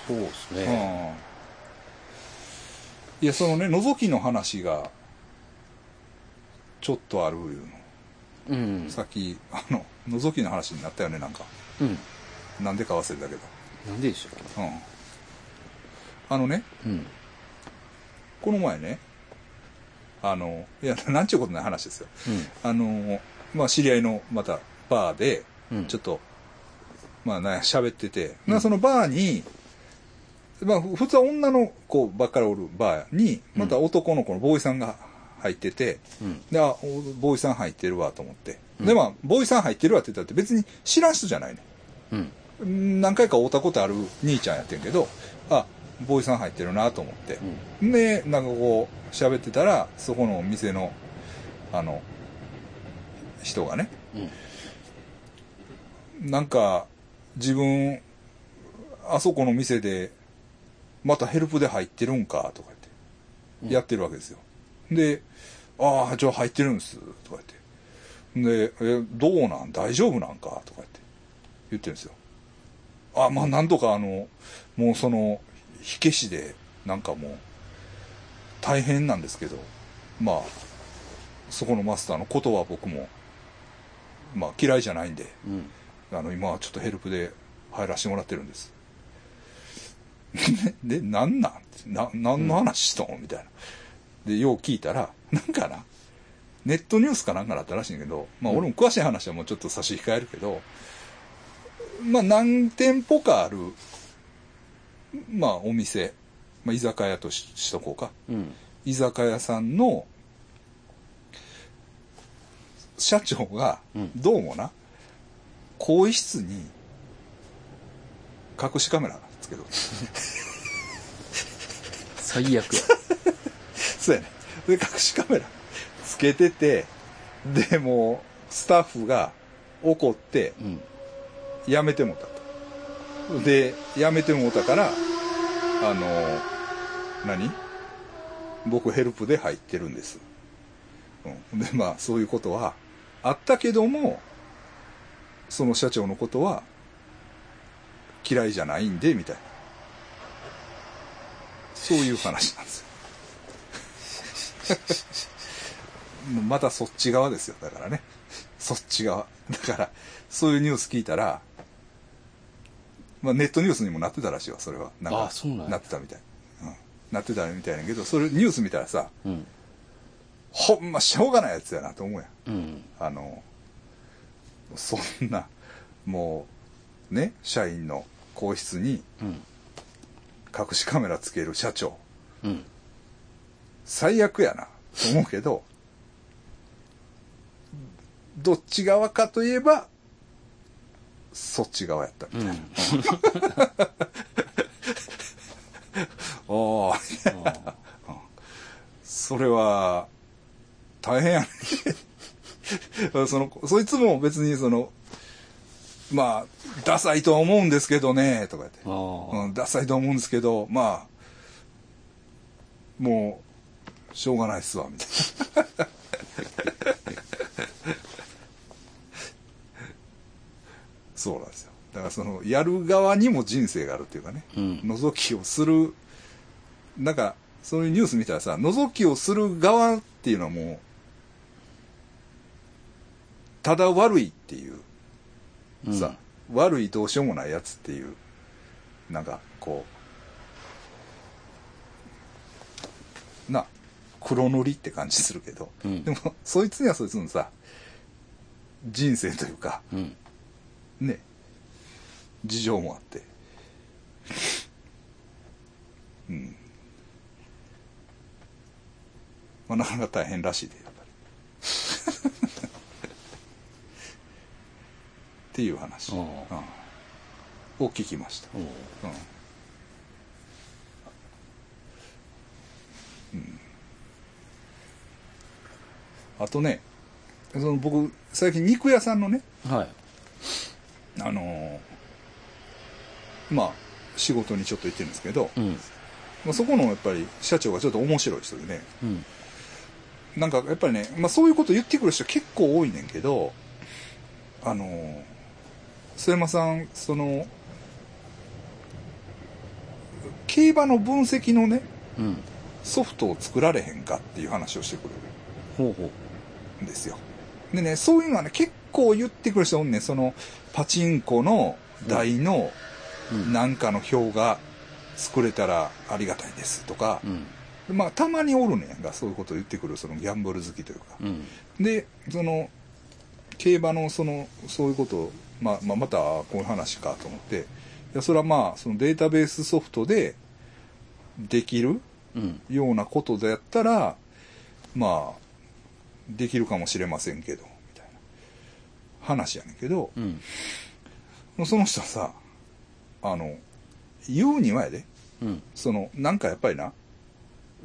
[SPEAKER 2] そうですね、
[SPEAKER 1] うん、いやそのね覗きの話がちょっとあるいう
[SPEAKER 2] うん
[SPEAKER 1] のさっきあの覗きの話になったよねなんか
[SPEAKER 2] うん
[SPEAKER 1] なんでか忘れたけど、
[SPEAKER 2] なんででしょ
[SPEAKER 1] うん、あのね
[SPEAKER 2] ううん
[SPEAKER 1] この前ねあのいや (laughs) なんちゅうことない話ですよあの、まあ、知り合いのまたバーで
[SPEAKER 2] うんうん
[SPEAKER 1] ちょっ
[SPEAKER 2] と
[SPEAKER 1] と、まあね喋ってて、
[SPEAKER 2] うん
[SPEAKER 1] なそのバーに、まあ、ふ普通は女の子ばっかりおるバーに、
[SPEAKER 2] うん
[SPEAKER 1] また男の子のボーイさんが入ってて、
[SPEAKER 2] うん
[SPEAKER 1] で、あ、おボーイさん入ってるわと思って。
[SPEAKER 2] うん
[SPEAKER 1] で、まあ、ボーイさん入ってるわって言ったって別に知らん人じゃないね。
[SPEAKER 2] うん
[SPEAKER 1] うん何回か会うたことある兄ちゃんやってんけど、あ、ボーイさん入ってるなと思って。で、なんかこう、喋ってたら、そこのお店の、あの、人がね、
[SPEAKER 2] うんうん
[SPEAKER 1] なんか、自分、あそこの店で、またヘルプで入ってるんか、とか言って、やってるわけですよ。で、ああ、じゃあ入ってるんです、とか言って。で、え、どうなん大丈夫なんかとか言って、言ってるんですよ。あまあ、なんとかあの、もうその、火消しで、なんかもう、大変なんですけど、まあ、そこのマスターのことは僕も、まあ嫌いじゃないんで、
[SPEAKER 2] うん
[SPEAKER 1] あの、今はちょっとヘルプで入らせてもらってるんです。 (laughs) で、なんなんな、なんの話しとんみたいな。で、よう聞いたら、なんかな、ネットニュースかなんかだったらしいんだけど、まあ
[SPEAKER 2] うん
[SPEAKER 1] 俺も詳しい話はもうちょっと差し控えるけど、まあ何店舗かある、まあお店、まあ、居酒屋とししとこうか。
[SPEAKER 2] うん。
[SPEAKER 1] 居酒屋さんの社長が
[SPEAKER 2] うん
[SPEAKER 1] どうもな、更衣室に隠しカメラつけとく
[SPEAKER 2] 最悪や。
[SPEAKER 1] (laughs) そうやねで隠しカメラつけててでもうスタッフが怒って
[SPEAKER 2] うん。
[SPEAKER 1] やめてもうたとでやめてもうたからあの何僕ヘルプで入ってるんです、うん、でまあそういうことはあったけどもその社長のことは嫌いじゃないんでみたいなそういう話なんですよもう (laughs) またそっち側ですよだからねそっち側だからそういうニュース聞いたらまあ、ネットニュースにもなってたらしいわそれはなんか
[SPEAKER 2] あそうなんや
[SPEAKER 1] なってたみたい、うん、なってたみたいなんやけどそれニュース見たらさ
[SPEAKER 2] うん。
[SPEAKER 1] ほんましょうがないやつやなと思うやん
[SPEAKER 2] うん。
[SPEAKER 1] あのそんなもうね社員の皇室に
[SPEAKER 2] うん。
[SPEAKER 1] 隠しカメラつける社長
[SPEAKER 2] うん。
[SPEAKER 1] 最悪やなと思うけどどっち側かといえばそっち側やったみたいな
[SPEAKER 2] うん。
[SPEAKER 1] ああ
[SPEAKER 2] あ
[SPEAKER 1] それは、大変やね。 (laughs) その、そいつも別にその、まあ、ダサいとは思うんですけどね、とか言って
[SPEAKER 2] あ。。あ
[SPEAKER 1] うん、ダサいとは思うんですけど、まあ、もう、しょうがないっすわ、みたいな。 (laughs) そうなんですよ。だからその、やる側にも人生があるっていうかね。
[SPEAKER 2] あ。うん。
[SPEAKER 1] 覗きをするなんかそういうニュース見たらさ覗きをする側っていうのはもうただ悪いっていう
[SPEAKER 2] うん
[SPEAKER 1] さ、悪いどうしようもないやつっていうなんかこうな黒塗りって感じするけど、
[SPEAKER 2] うん
[SPEAKER 1] でもそいつにはそいつのさ人生というか
[SPEAKER 2] うん。
[SPEAKER 1] ね事情もあってうんまあなかなか大変らしいでやっぱり
[SPEAKER 2] (laughs)
[SPEAKER 1] っていう話、
[SPEAKER 2] あ
[SPEAKER 1] うん
[SPEAKER 2] あ
[SPEAKER 1] を聞きました、
[SPEAKER 2] おう
[SPEAKER 1] うんうんあとねその僕最近肉屋さんのね
[SPEAKER 2] はい。
[SPEAKER 1] あのーまあ、仕事にちょっと行ってるんですけど、
[SPEAKER 2] うん。
[SPEAKER 1] まあ、そこのやっぱり社長がちょっと面白い人でね、
[SPEAKER 2] うん。
[SPEAKER 1] なんかやっぱりね、まあそういうこと言ってくる人結構多いねんけど、あのー、末山さん、その、競馬の分析のね、
[SPEAKER 2] うん。
[SPEAKER 1] ソフトを作られへんかっていう話をしてくる
[SPEAKER 2] ほうほ
[SPEAKER 1] んですよ。でね、そういうのはね、結構言ってくる人おんねん、その、パチンコの台の、
[SPEAKER 2] う。うん。
[SPEAKER 1] なんかの表が作れたらありがたいですとか
[SPEAKER 2] う、ん。
[SPEAKER 1] まあたまにおるねんが、そういうことを言ってくる、そのギャンブル好きというか。
[SPEAKER 2] うん。
[SPEAKER 1] で、その、競馬のその、そういうことを、まあ、まあ、またこういう話かと思って、いや、それはまあ、そのデータベースソフトでできる
[SPEAKER 2] うん。
[SPEAKER 1] ようなことでやったら、まあ、できるかもしれませんけど、みたいな話やねんけど、
[SPEAKER 2] うん。
[SPEAKER 1] その人はさ、あの、言うにはやで、
[SPEAKER 2] うん。
[SPEAKER 1] その、なんかやっぱりな、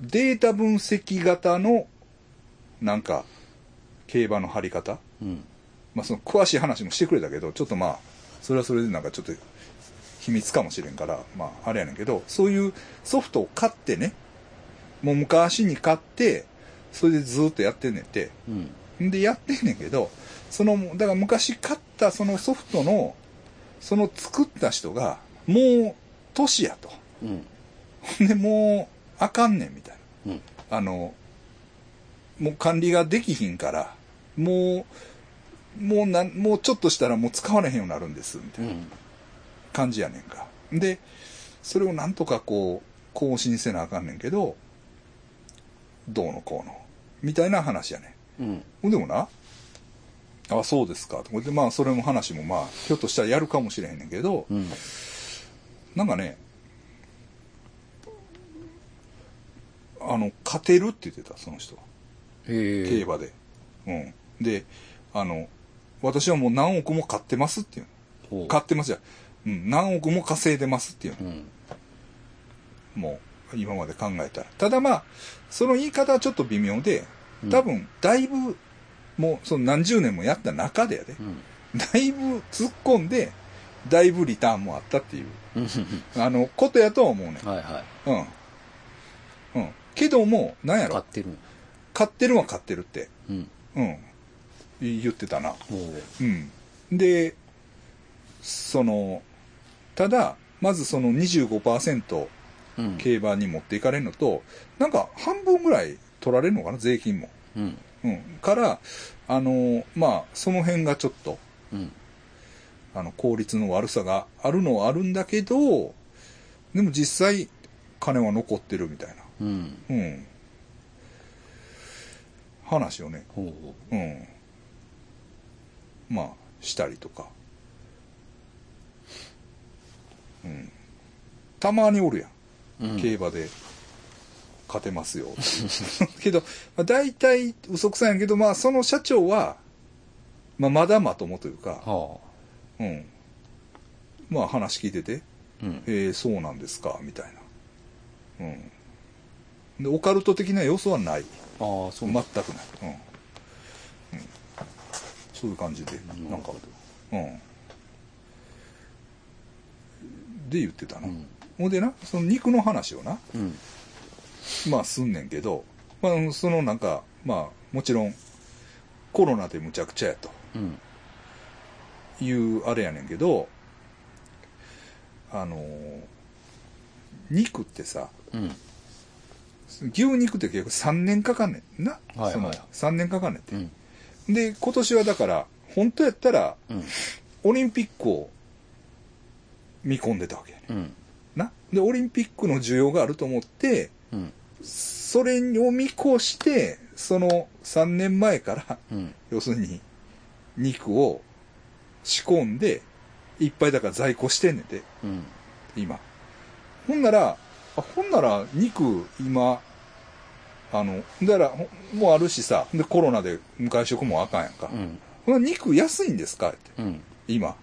[SPEAKER 1] データ分析型の、なんか、競馬の張り方
[SPEAKER 2] うん。
[SPEAKER 1] まあ、その、詳しい話もしてくれたけど、ちょっとまあ、それはそれでなんかちょっと、秘密かもしれんから、まあ、あれやねんけど、そういうソフトを買ってね、もう昔に買って、それでずーっとやってんねんって。
[SPEAKER 2] うん。
[SPEAKER 1] で、やってんねんけど、その、だから昔買ったそのソフトの、その作った人が、もう、年やと。
[SPEAKER 2] うん。
[SPEAKER 1] ほんで、もう、あかんねん、みたい
[SPEAKER 2] うん。
[SPEAKER 1] な。あの、もう管理ができひんから、もう、もうなん、もうちょっとしたらもう使われへんようになるんです、みた
[SPEAKER 2] う。
[SPEAKER 1] いなん感じやねんか。で、それをなんとかこう、更新せなあかんねんけど、どうのこうの、みたいな話やねん。
[SPEAKER 2] うん。
[SPEAKER 1] ほんでもな、あ、そうですか。とで、まあ、それも話もまあ、ひょっとしたらやるかもしれへんねんけど、
[SPEAKER 2] うん。
[SPEAKER 1] なんかね、あの、勝てるって言ってた、その人は。
[SPEAKER 2] へえ。
[SPEAKER 1] 競馬で。うん。で、あの、私はもう何億も買ってますっていう。
[SPEAKER 2] ほう。
[SPEAKER 1] 買ってますじゃん。うん、何億も稼いでますっていう
[SPEAKER 2] う。ん。
[SPEAKER 1] もう、今まで考えたら。ただまあ、その言い方はちょっと微妙で、多分、だいぶ、もう、その何十年もやった中でやで
[SPEAKER 2] う、ん。
[SPEAKER 1] だいぶ突っ込んで、だいぶリターンもあったっていう、
[SPEAKER 2] うん。
[SPEAKER 1] あの、ことやとは思うねん。
[SPEAKER 2] はいは
[SPEAKER 1] うん。うん。けども、なんや
[SPEAKER 2] い。買っ
[SPEAKER 1] ろ、
[SPEAKER 2] てる。
[SPEAKER 1] 買ってるは買ってるって、
[SPEAKER 2] うん。
[SPEAKER 1] うん。言ってたな。
[SPEAKER 2] ほう。
[SPEAKER 1] うん。で、その、ただ、まずその25%
[SPEAKER 2] うん。
[SPEAKER 1] 競馬に持っていかれるのと、なんか半分ぐらい取られるのかな、税金も。
[SPEAKER 2] うん。
[SPEAKER 1] うん。から、あの、まあ、その辺がちょっと、
[SPEAKER 2] うん。
[SPEAKER 1] あの、効率の悪さがあるのはあるんだけど、でも実際、金は残ってるみたいな。
[SPEAKER 2] うん。
[SPEAKER 1] うん。話をね、
[SPEAKER 2] ほうほ
[SPEAKER 1] うん。まあ、したりとか。うん。たまにおるやん。
[SPEAKER 2] う。うん。
[SPEAKER 1] 競馬で勝てますよ。 (laughs) けど、まあ、大体嘘くさいんやけど、まあその社長は、まあまだまともというか、
[SPEAKER 2] は
[SPEAKER 1] うん。まあ話聞いてて、
[SPEAKER 2] あ。うん。
[SPEAKER 1] えー、そうなんですか、みたいな。うん。で、オカルト的な要素はない。
[SPEAKER 2] ああ、そ
[SPEAKER 1] 全く
[SPEAKER 2] う
[SPEAKER 1] ない。うん。うん、そういう感じで、なんか、うん。で言ってた
[SPEAKER 2] う
[SPEAKER 1] な。
[SPEAKER 2] ん。
[SPEAKER 1] ほんでな、その肉の話をな、
[SPEAKER 2] うん。
[SPEAKER 1] まあすんねんけど、まあ、そのなんか、まあもちろんコロナでむちゃくちゃやと
[SPEAKER 2] うん。
[SPEAKER 1] いうあれやねんけど、あのー肉ってさ、
[SPEAKER 2] うん。
[SPEAKER 1] 牛肉って結局3年かかんねんな。
[SPEAKER 2] はいはい
[SPEAKER 1] その3年かかんねんって
[SPEAKER 2] う。ん。
[SPEAKER 1] で、今年はだから、本当やったら
[SPEAKER 2] うん。
[SPEAKER 1] オリンピックを見込んでたわけやね
[SPEAKER 2] うん。
[SPEAKER 1] んな。で、オリンピックの需要があると思って、
[SPEAKER 2] うん。
[SPEAKER 1] それを見越して、その3年前から、
[SPEAKER 2] うん。
[SPEAKER 1] 要するに、肉を仕込んで、いっぱいだから在庫してんねんで、
[SPEAKER 2] うん。
[SPEAKER 1] 今。ほんなら、あほんなら肉、今、あの、だから、ほもうあるしさ、で、コロナで外食もあかんやんか。
[SPEAKER 2] うん。
[SPEAKER 1] ほな肉安いんですかって、
[SPEAKER 2] うん。
[SPEAKER 1] 今。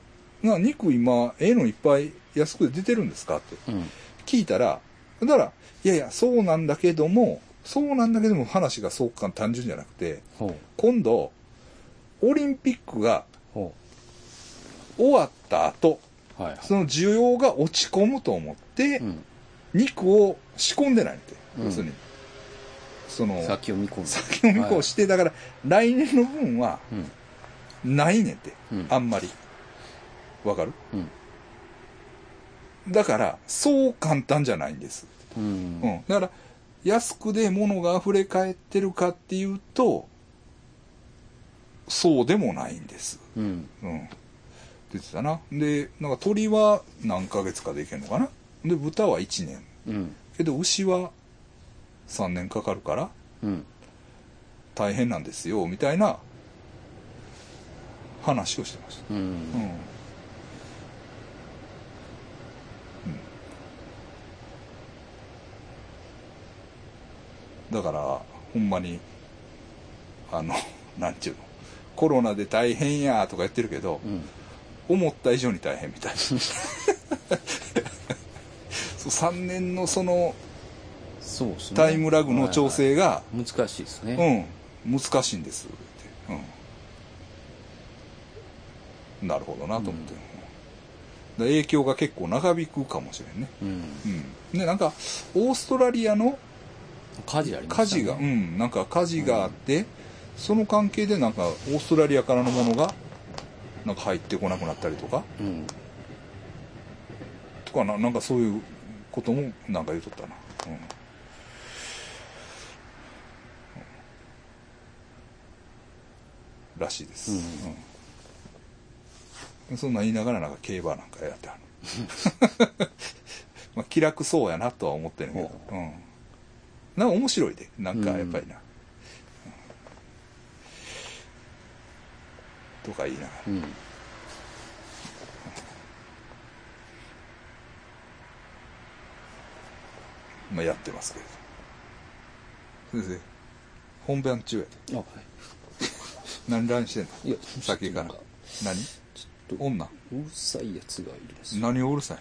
[SPEAKER 1] な肉今、ええのいっぱい安く出てるんですかって。
[SPEAKER 2] うん。
[SPEAKER 1] 聞いたら、だから、いやいや、そうなんだけども、そうなんだけども話がそうか単純じゃなくて、
[SPEAKER 2] ほう。
[SPEAKER 1] 今度、オリンピックが
[SPEAKER 2] ほ
[SPEAKER 1] 終わった後、
[SPEAKER 2] う。はいはい。
[SPEAKER 1] その需要が落ち込むと思って
[SPEAKER 2] う、ん。
[SPEAKER 1] 肉を仕込んでないって。
[SPEAKER 2] うん
[SPEAKER 1] 要するに、その、
[SPEAKER 2] 先を見込む。
[SPEAKER 1] 先を見越して、だから、来年の分は
[SPEAKER 2] うん。
[SPEAKER 1] ないねんって。
[SPEAKER 2] うん。
[SPEAKER 1] あんまり。わかる
[SPEAKER 2] うん。
[SPEAKER 1] だから、そう簡単じゃないんです。
[SPEAKER 2] うん。
[SPEAKER 1] うん、だから安くで物が溢れ返ってるかっていうとそうでもないんです、
[SPEAKER 2] うん。
[SPEAKER 1] うん、出てたなでなんか鳥は何ヶ月かでいけるのかなで豚は1年
[SPEAKER 2] うん。
[SPEAKER 1] けど牛は3年かかるから
[SPEAKER 2] うん。
[SPEAKER 1] 大変なんですよみたいな話をしてました
[SPEAKER 2] う
[SPEAKER 1] うん
[SPEAKER 2] ん。
[SPEAKER 1] だからほんまにあの (laughs) なんちゅうのコロナで大変やとか言ってるけど、
[SPEAKER 2] うん。
[SPEAKER 1] 思った以上に大変みたいな (laughs) そう3年のその
[SPEAKER 2] そうですね。
[SPEAKER 1] タイムラグの調
[SPEAKER 2] は
[SPEAKER 1] 整が、
[SPEAKER 2] いはい。難しいですね。
[SPEAKER 1] うん難しいんですって、うん、なるほどなと思って、
[SPEAKER 2] うん
[SPEAKER 1] だから影響が結構長引くかもしれんね
[SPEAKER 2] うん。
[SPEAKER 1] うん、でなんかオーストラリアの
[SPEAKER 2] 火事ありま
[SPEAKER 1] 火
[SPEAKER 2] したね。
[SPEAKER 1] 事が、うんなんか火事があって、その関係でなんかオーストラリアからのものがなんか入ってこなくなったりとか
[SPEAKER 2] うん。
[SPEAKER 1] とかななんかそういうこともなんか言うとったな、うんうんらしいです、
[SPEAKER 2] うん
[SPEAKER 1] うんそんなん言いながらなんか競馬なんかやってはる (laughs) まあ気楽そうやなとは思ってるけど、うん、なんか面白いでなんかやっぱりな、うんとか言いながら
[SPEAKER 2] うん。
[SPEAKER 1] まあ、やってますけれど。先生本番中やで
[SPEAKER 2] あは
[SPEAKER 1] 何乱してんの
[SPEAKER 2] いいや
[SPEAKER 1] さっきから
[SPEAKER 2] ちょっ
[SPEAKER 1] 何
[SPEAKER 2] となんか
[SPEAKER 1] 女
[SPEAKER 2] うるさいやつがいるんですよ
[SPEAKER 1] 何をうるさい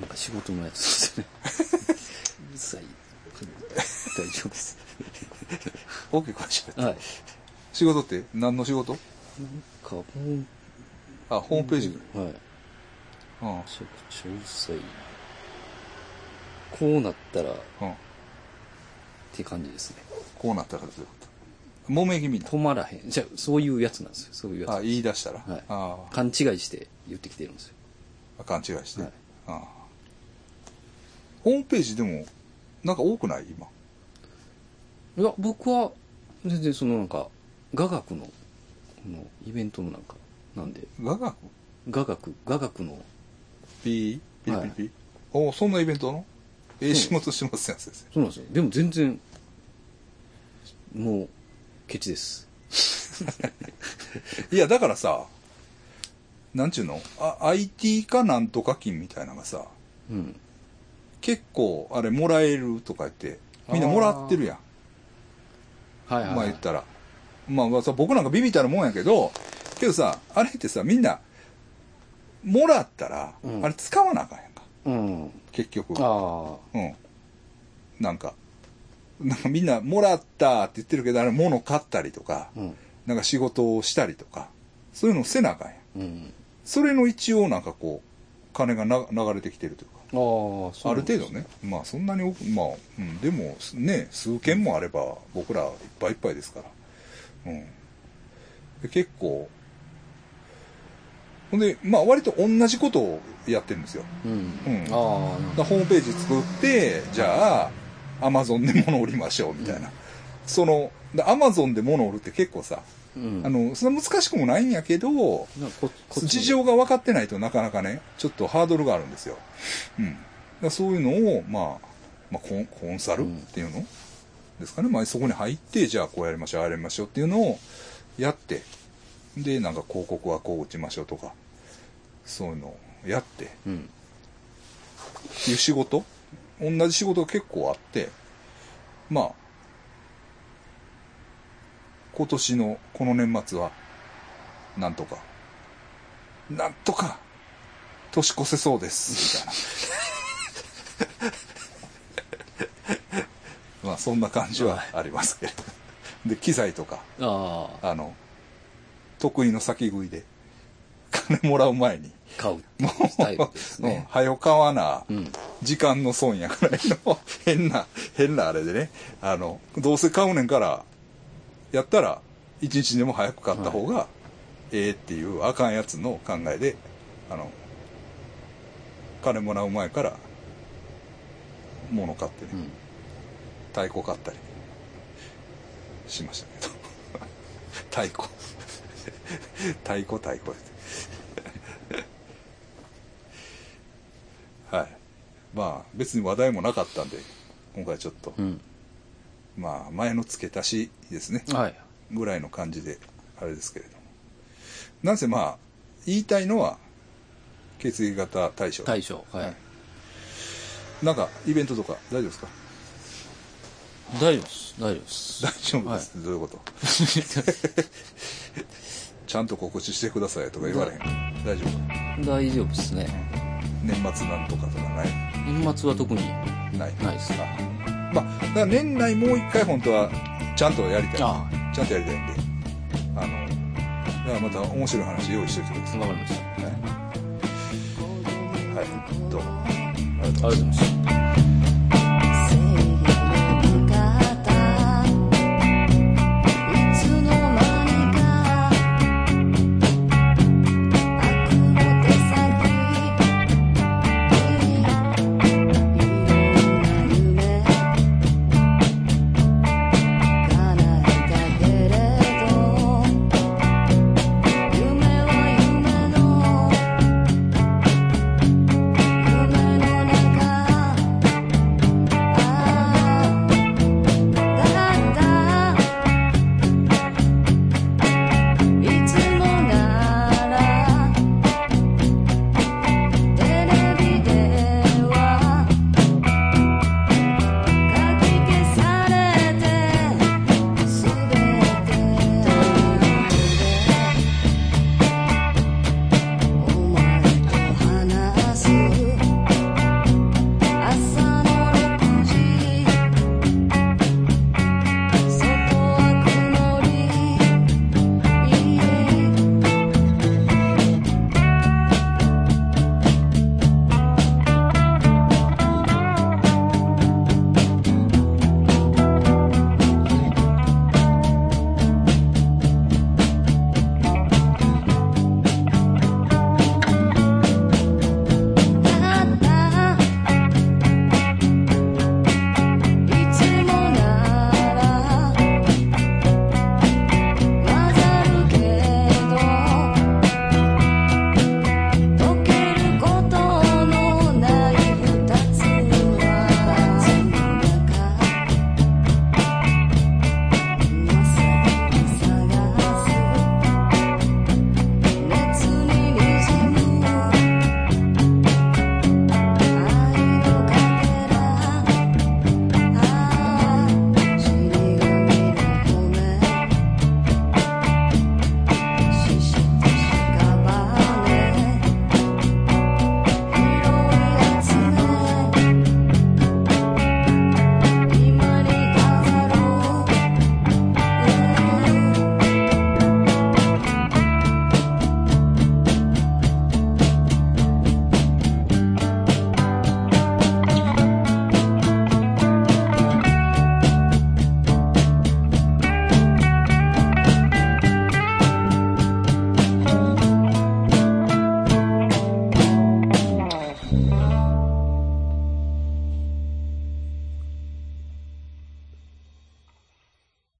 [SPEAKER 2] なんか仕事のやつですねうるさい大丈夫です
[SPEAKER 1] の OK 詳しく
[SPEAKER 2] はいなん
[SPEAKER 1] 仕事って何の仕事
[SPEAKER 2] かもう
[SPEAKER 1] あホームページ
[SPEAKER 2] はいめ
[SPEAKER 1] うん
[SPEAKER 2] ちゃくちゃうるさいこうなったらっ
[SPEAKER 1] うん
[SPEAKER 2] て感じですね
[SPEAKER 1] こうなったらどういうこと揉め気味な
[SPEAKER 2] 止まらへんじゃあそういうやつなんですよそういうやつ
[SPEAKER 1] あ言い出したら、
[SPEAKER 2] はい
[SPEAKER 1] あ
[SPEAKER 2] 勘違いして言ってきてるんですよ
[SPEAKER 1] あ勘違いして、
[SPEAKER 2] はい
[SPEAKER 1] ああホームページでもなんか多くない今
[SPEAKER 2] いや僕は全然そのなんか雅楽のこのイベントのなんかなんで
[SPEAKER 1] 雅楽
[SPEAKER 2] 雅楽雅楽の
[SPEAKER 1] ピーピリピリピリ、おそんなイベントのええ
[SPEAKER 2] そう
[SPEAKER 1] 仕事してますやん先
[SPEAKER 2] そうなんですよでも全然もうケチです
[SPEAKER 1] 生いやだからさなんちゅうのあ IT かなんとか金みたいなのがさ
[SPEAKER 2] うん
[SPEAKER 1] 結構あれもらえるとか言ってみんなもらってるやん
[SPEAKER 2] はいはい、はい、
[SPEAKER 1] まあ言ったら、まあまあさ僕なんかビビったらもんやけどけどさあれってさみんなもらったら、
[SPEAKER 2] うん
[SPEAKER 1] あれ使わなあかんやんか
[SPEAKER 2] うん
[SPEAKER 1] 結局
[SPEAKER 2] あ
[SPEAKER 1] うんなんかなんかみんなもらったって言ってるけどあれ物買ったりとか
[SPEAKER 2] あうん
[SPEAKER 1] なんか仕事をしたりとかそういうのをせなあかんやん
[SPEAKER 2] うん
[SPEAKER 1] それの一応なんかこう金がな流れてきてるというか
[SPEAKER 2] ああそう
[SPEAKER 1] ある程度ねまあそんなに多くまあ、うん、でもね数件もあれば僕らいっぱいいっぱいですからうんで結構ほんでまあ割と同じことをやってるんですよ
[SPEAKER 2] うん、
[SPEAKER 1] うん
[SPEAKER 2] ああ
[SPEAKER 1] だからホームページ作ってじゃあアマゾンで物を売りましょうみたいな、そのアマゾンで物を売るって結構さ、
[SPEAKER 2] うん
[SPEAKER 1] あのそんな難しくもないんやけど
[SPEAKER 2] なんかここっち
[SPEAKER 1] 事情が分かってないとなかなかねちょっとハードルがあるんですよ、うん、だからそういうのを、まあ、まあコンコンサルっていうの、ですかね、まあ、そこに入ってじゃあこうやりましょうああやりましょうっていうのをやってでなんか広告はこう打ちましょうとかそういうのをやって
[SPEAKER 2] うん
[SPEAKER 1] っていう仕事同じ仕事が結構あってまあ今年のこの年末はなんとかなんとか年越せそうですみたいな (laughs) まあそんな感じはありますけれどで機材とか
[SPEAKER 2] ああ
[SPEAKER 1] あの得意の先食いで金もらう前に
[SPEAKER 2] 買うっていうスタイルです
[SPEAKER 1] うん
[SPEAKER 2] ね
[SPEAKER 1] 早買わな、
[SPEAKER 2] うん
[SPEAKER 1] 時間の損やくらいの (laughs) 変な、変なあれでね、あの、どうせ買うねんから、やったら、一日でも早く買った方が、ええっていうあかんやつの考えで、あの、金もらう前から、物買ってね、
[SPEAKER 2] うん
[SPEAKER 1] 太鼓買ったり、しましたけど。 (laughs) 太鼓。太鼓太鼓って。はい。まあ、別に話題もなかったんで、今回ちょっと、
[SPEAKER 2] うん
[SPEAKER 1] まあ、前の付け足しですね。
[SPEAKER 2] はい
[SPEAKER 1] ぐらいの感じで、あれですけれども。なんせまあ、言いたいのは、血液型対象。
[SPEAKER 2] 大将はい、
[SPEAKER 1] はいなんか、イベントとか、大丈夫ですか
[SPEAKER 2] 大丈夫です大丈夫です
[SPEAKER 1] 大丈夫です、どういうことちゃんと告知してくださいとか言われへん。大丈夫
[SPEAKER 2] (laughs) 大丈夫ですね
[SPEAKER 1] 年末なんとかとかない
[SPEAKER 2] 年末は特に
[SPEAKER 1] ない。
[SPEAKER 2] ないです
[SPEAKER 1] あまあ、だから年内もう一回本当は、ちゃんとやりたい。
[SPEAKER 2] あ
[SPEAKER 1] ちゃんとやりたいんで。あの、だからまた面白い話用意しておいてください。
[SPEAKER 2] わかりました
[SPEAKER 1] はい。はい。どうも。
[SPEAKER 2] ありがとうございました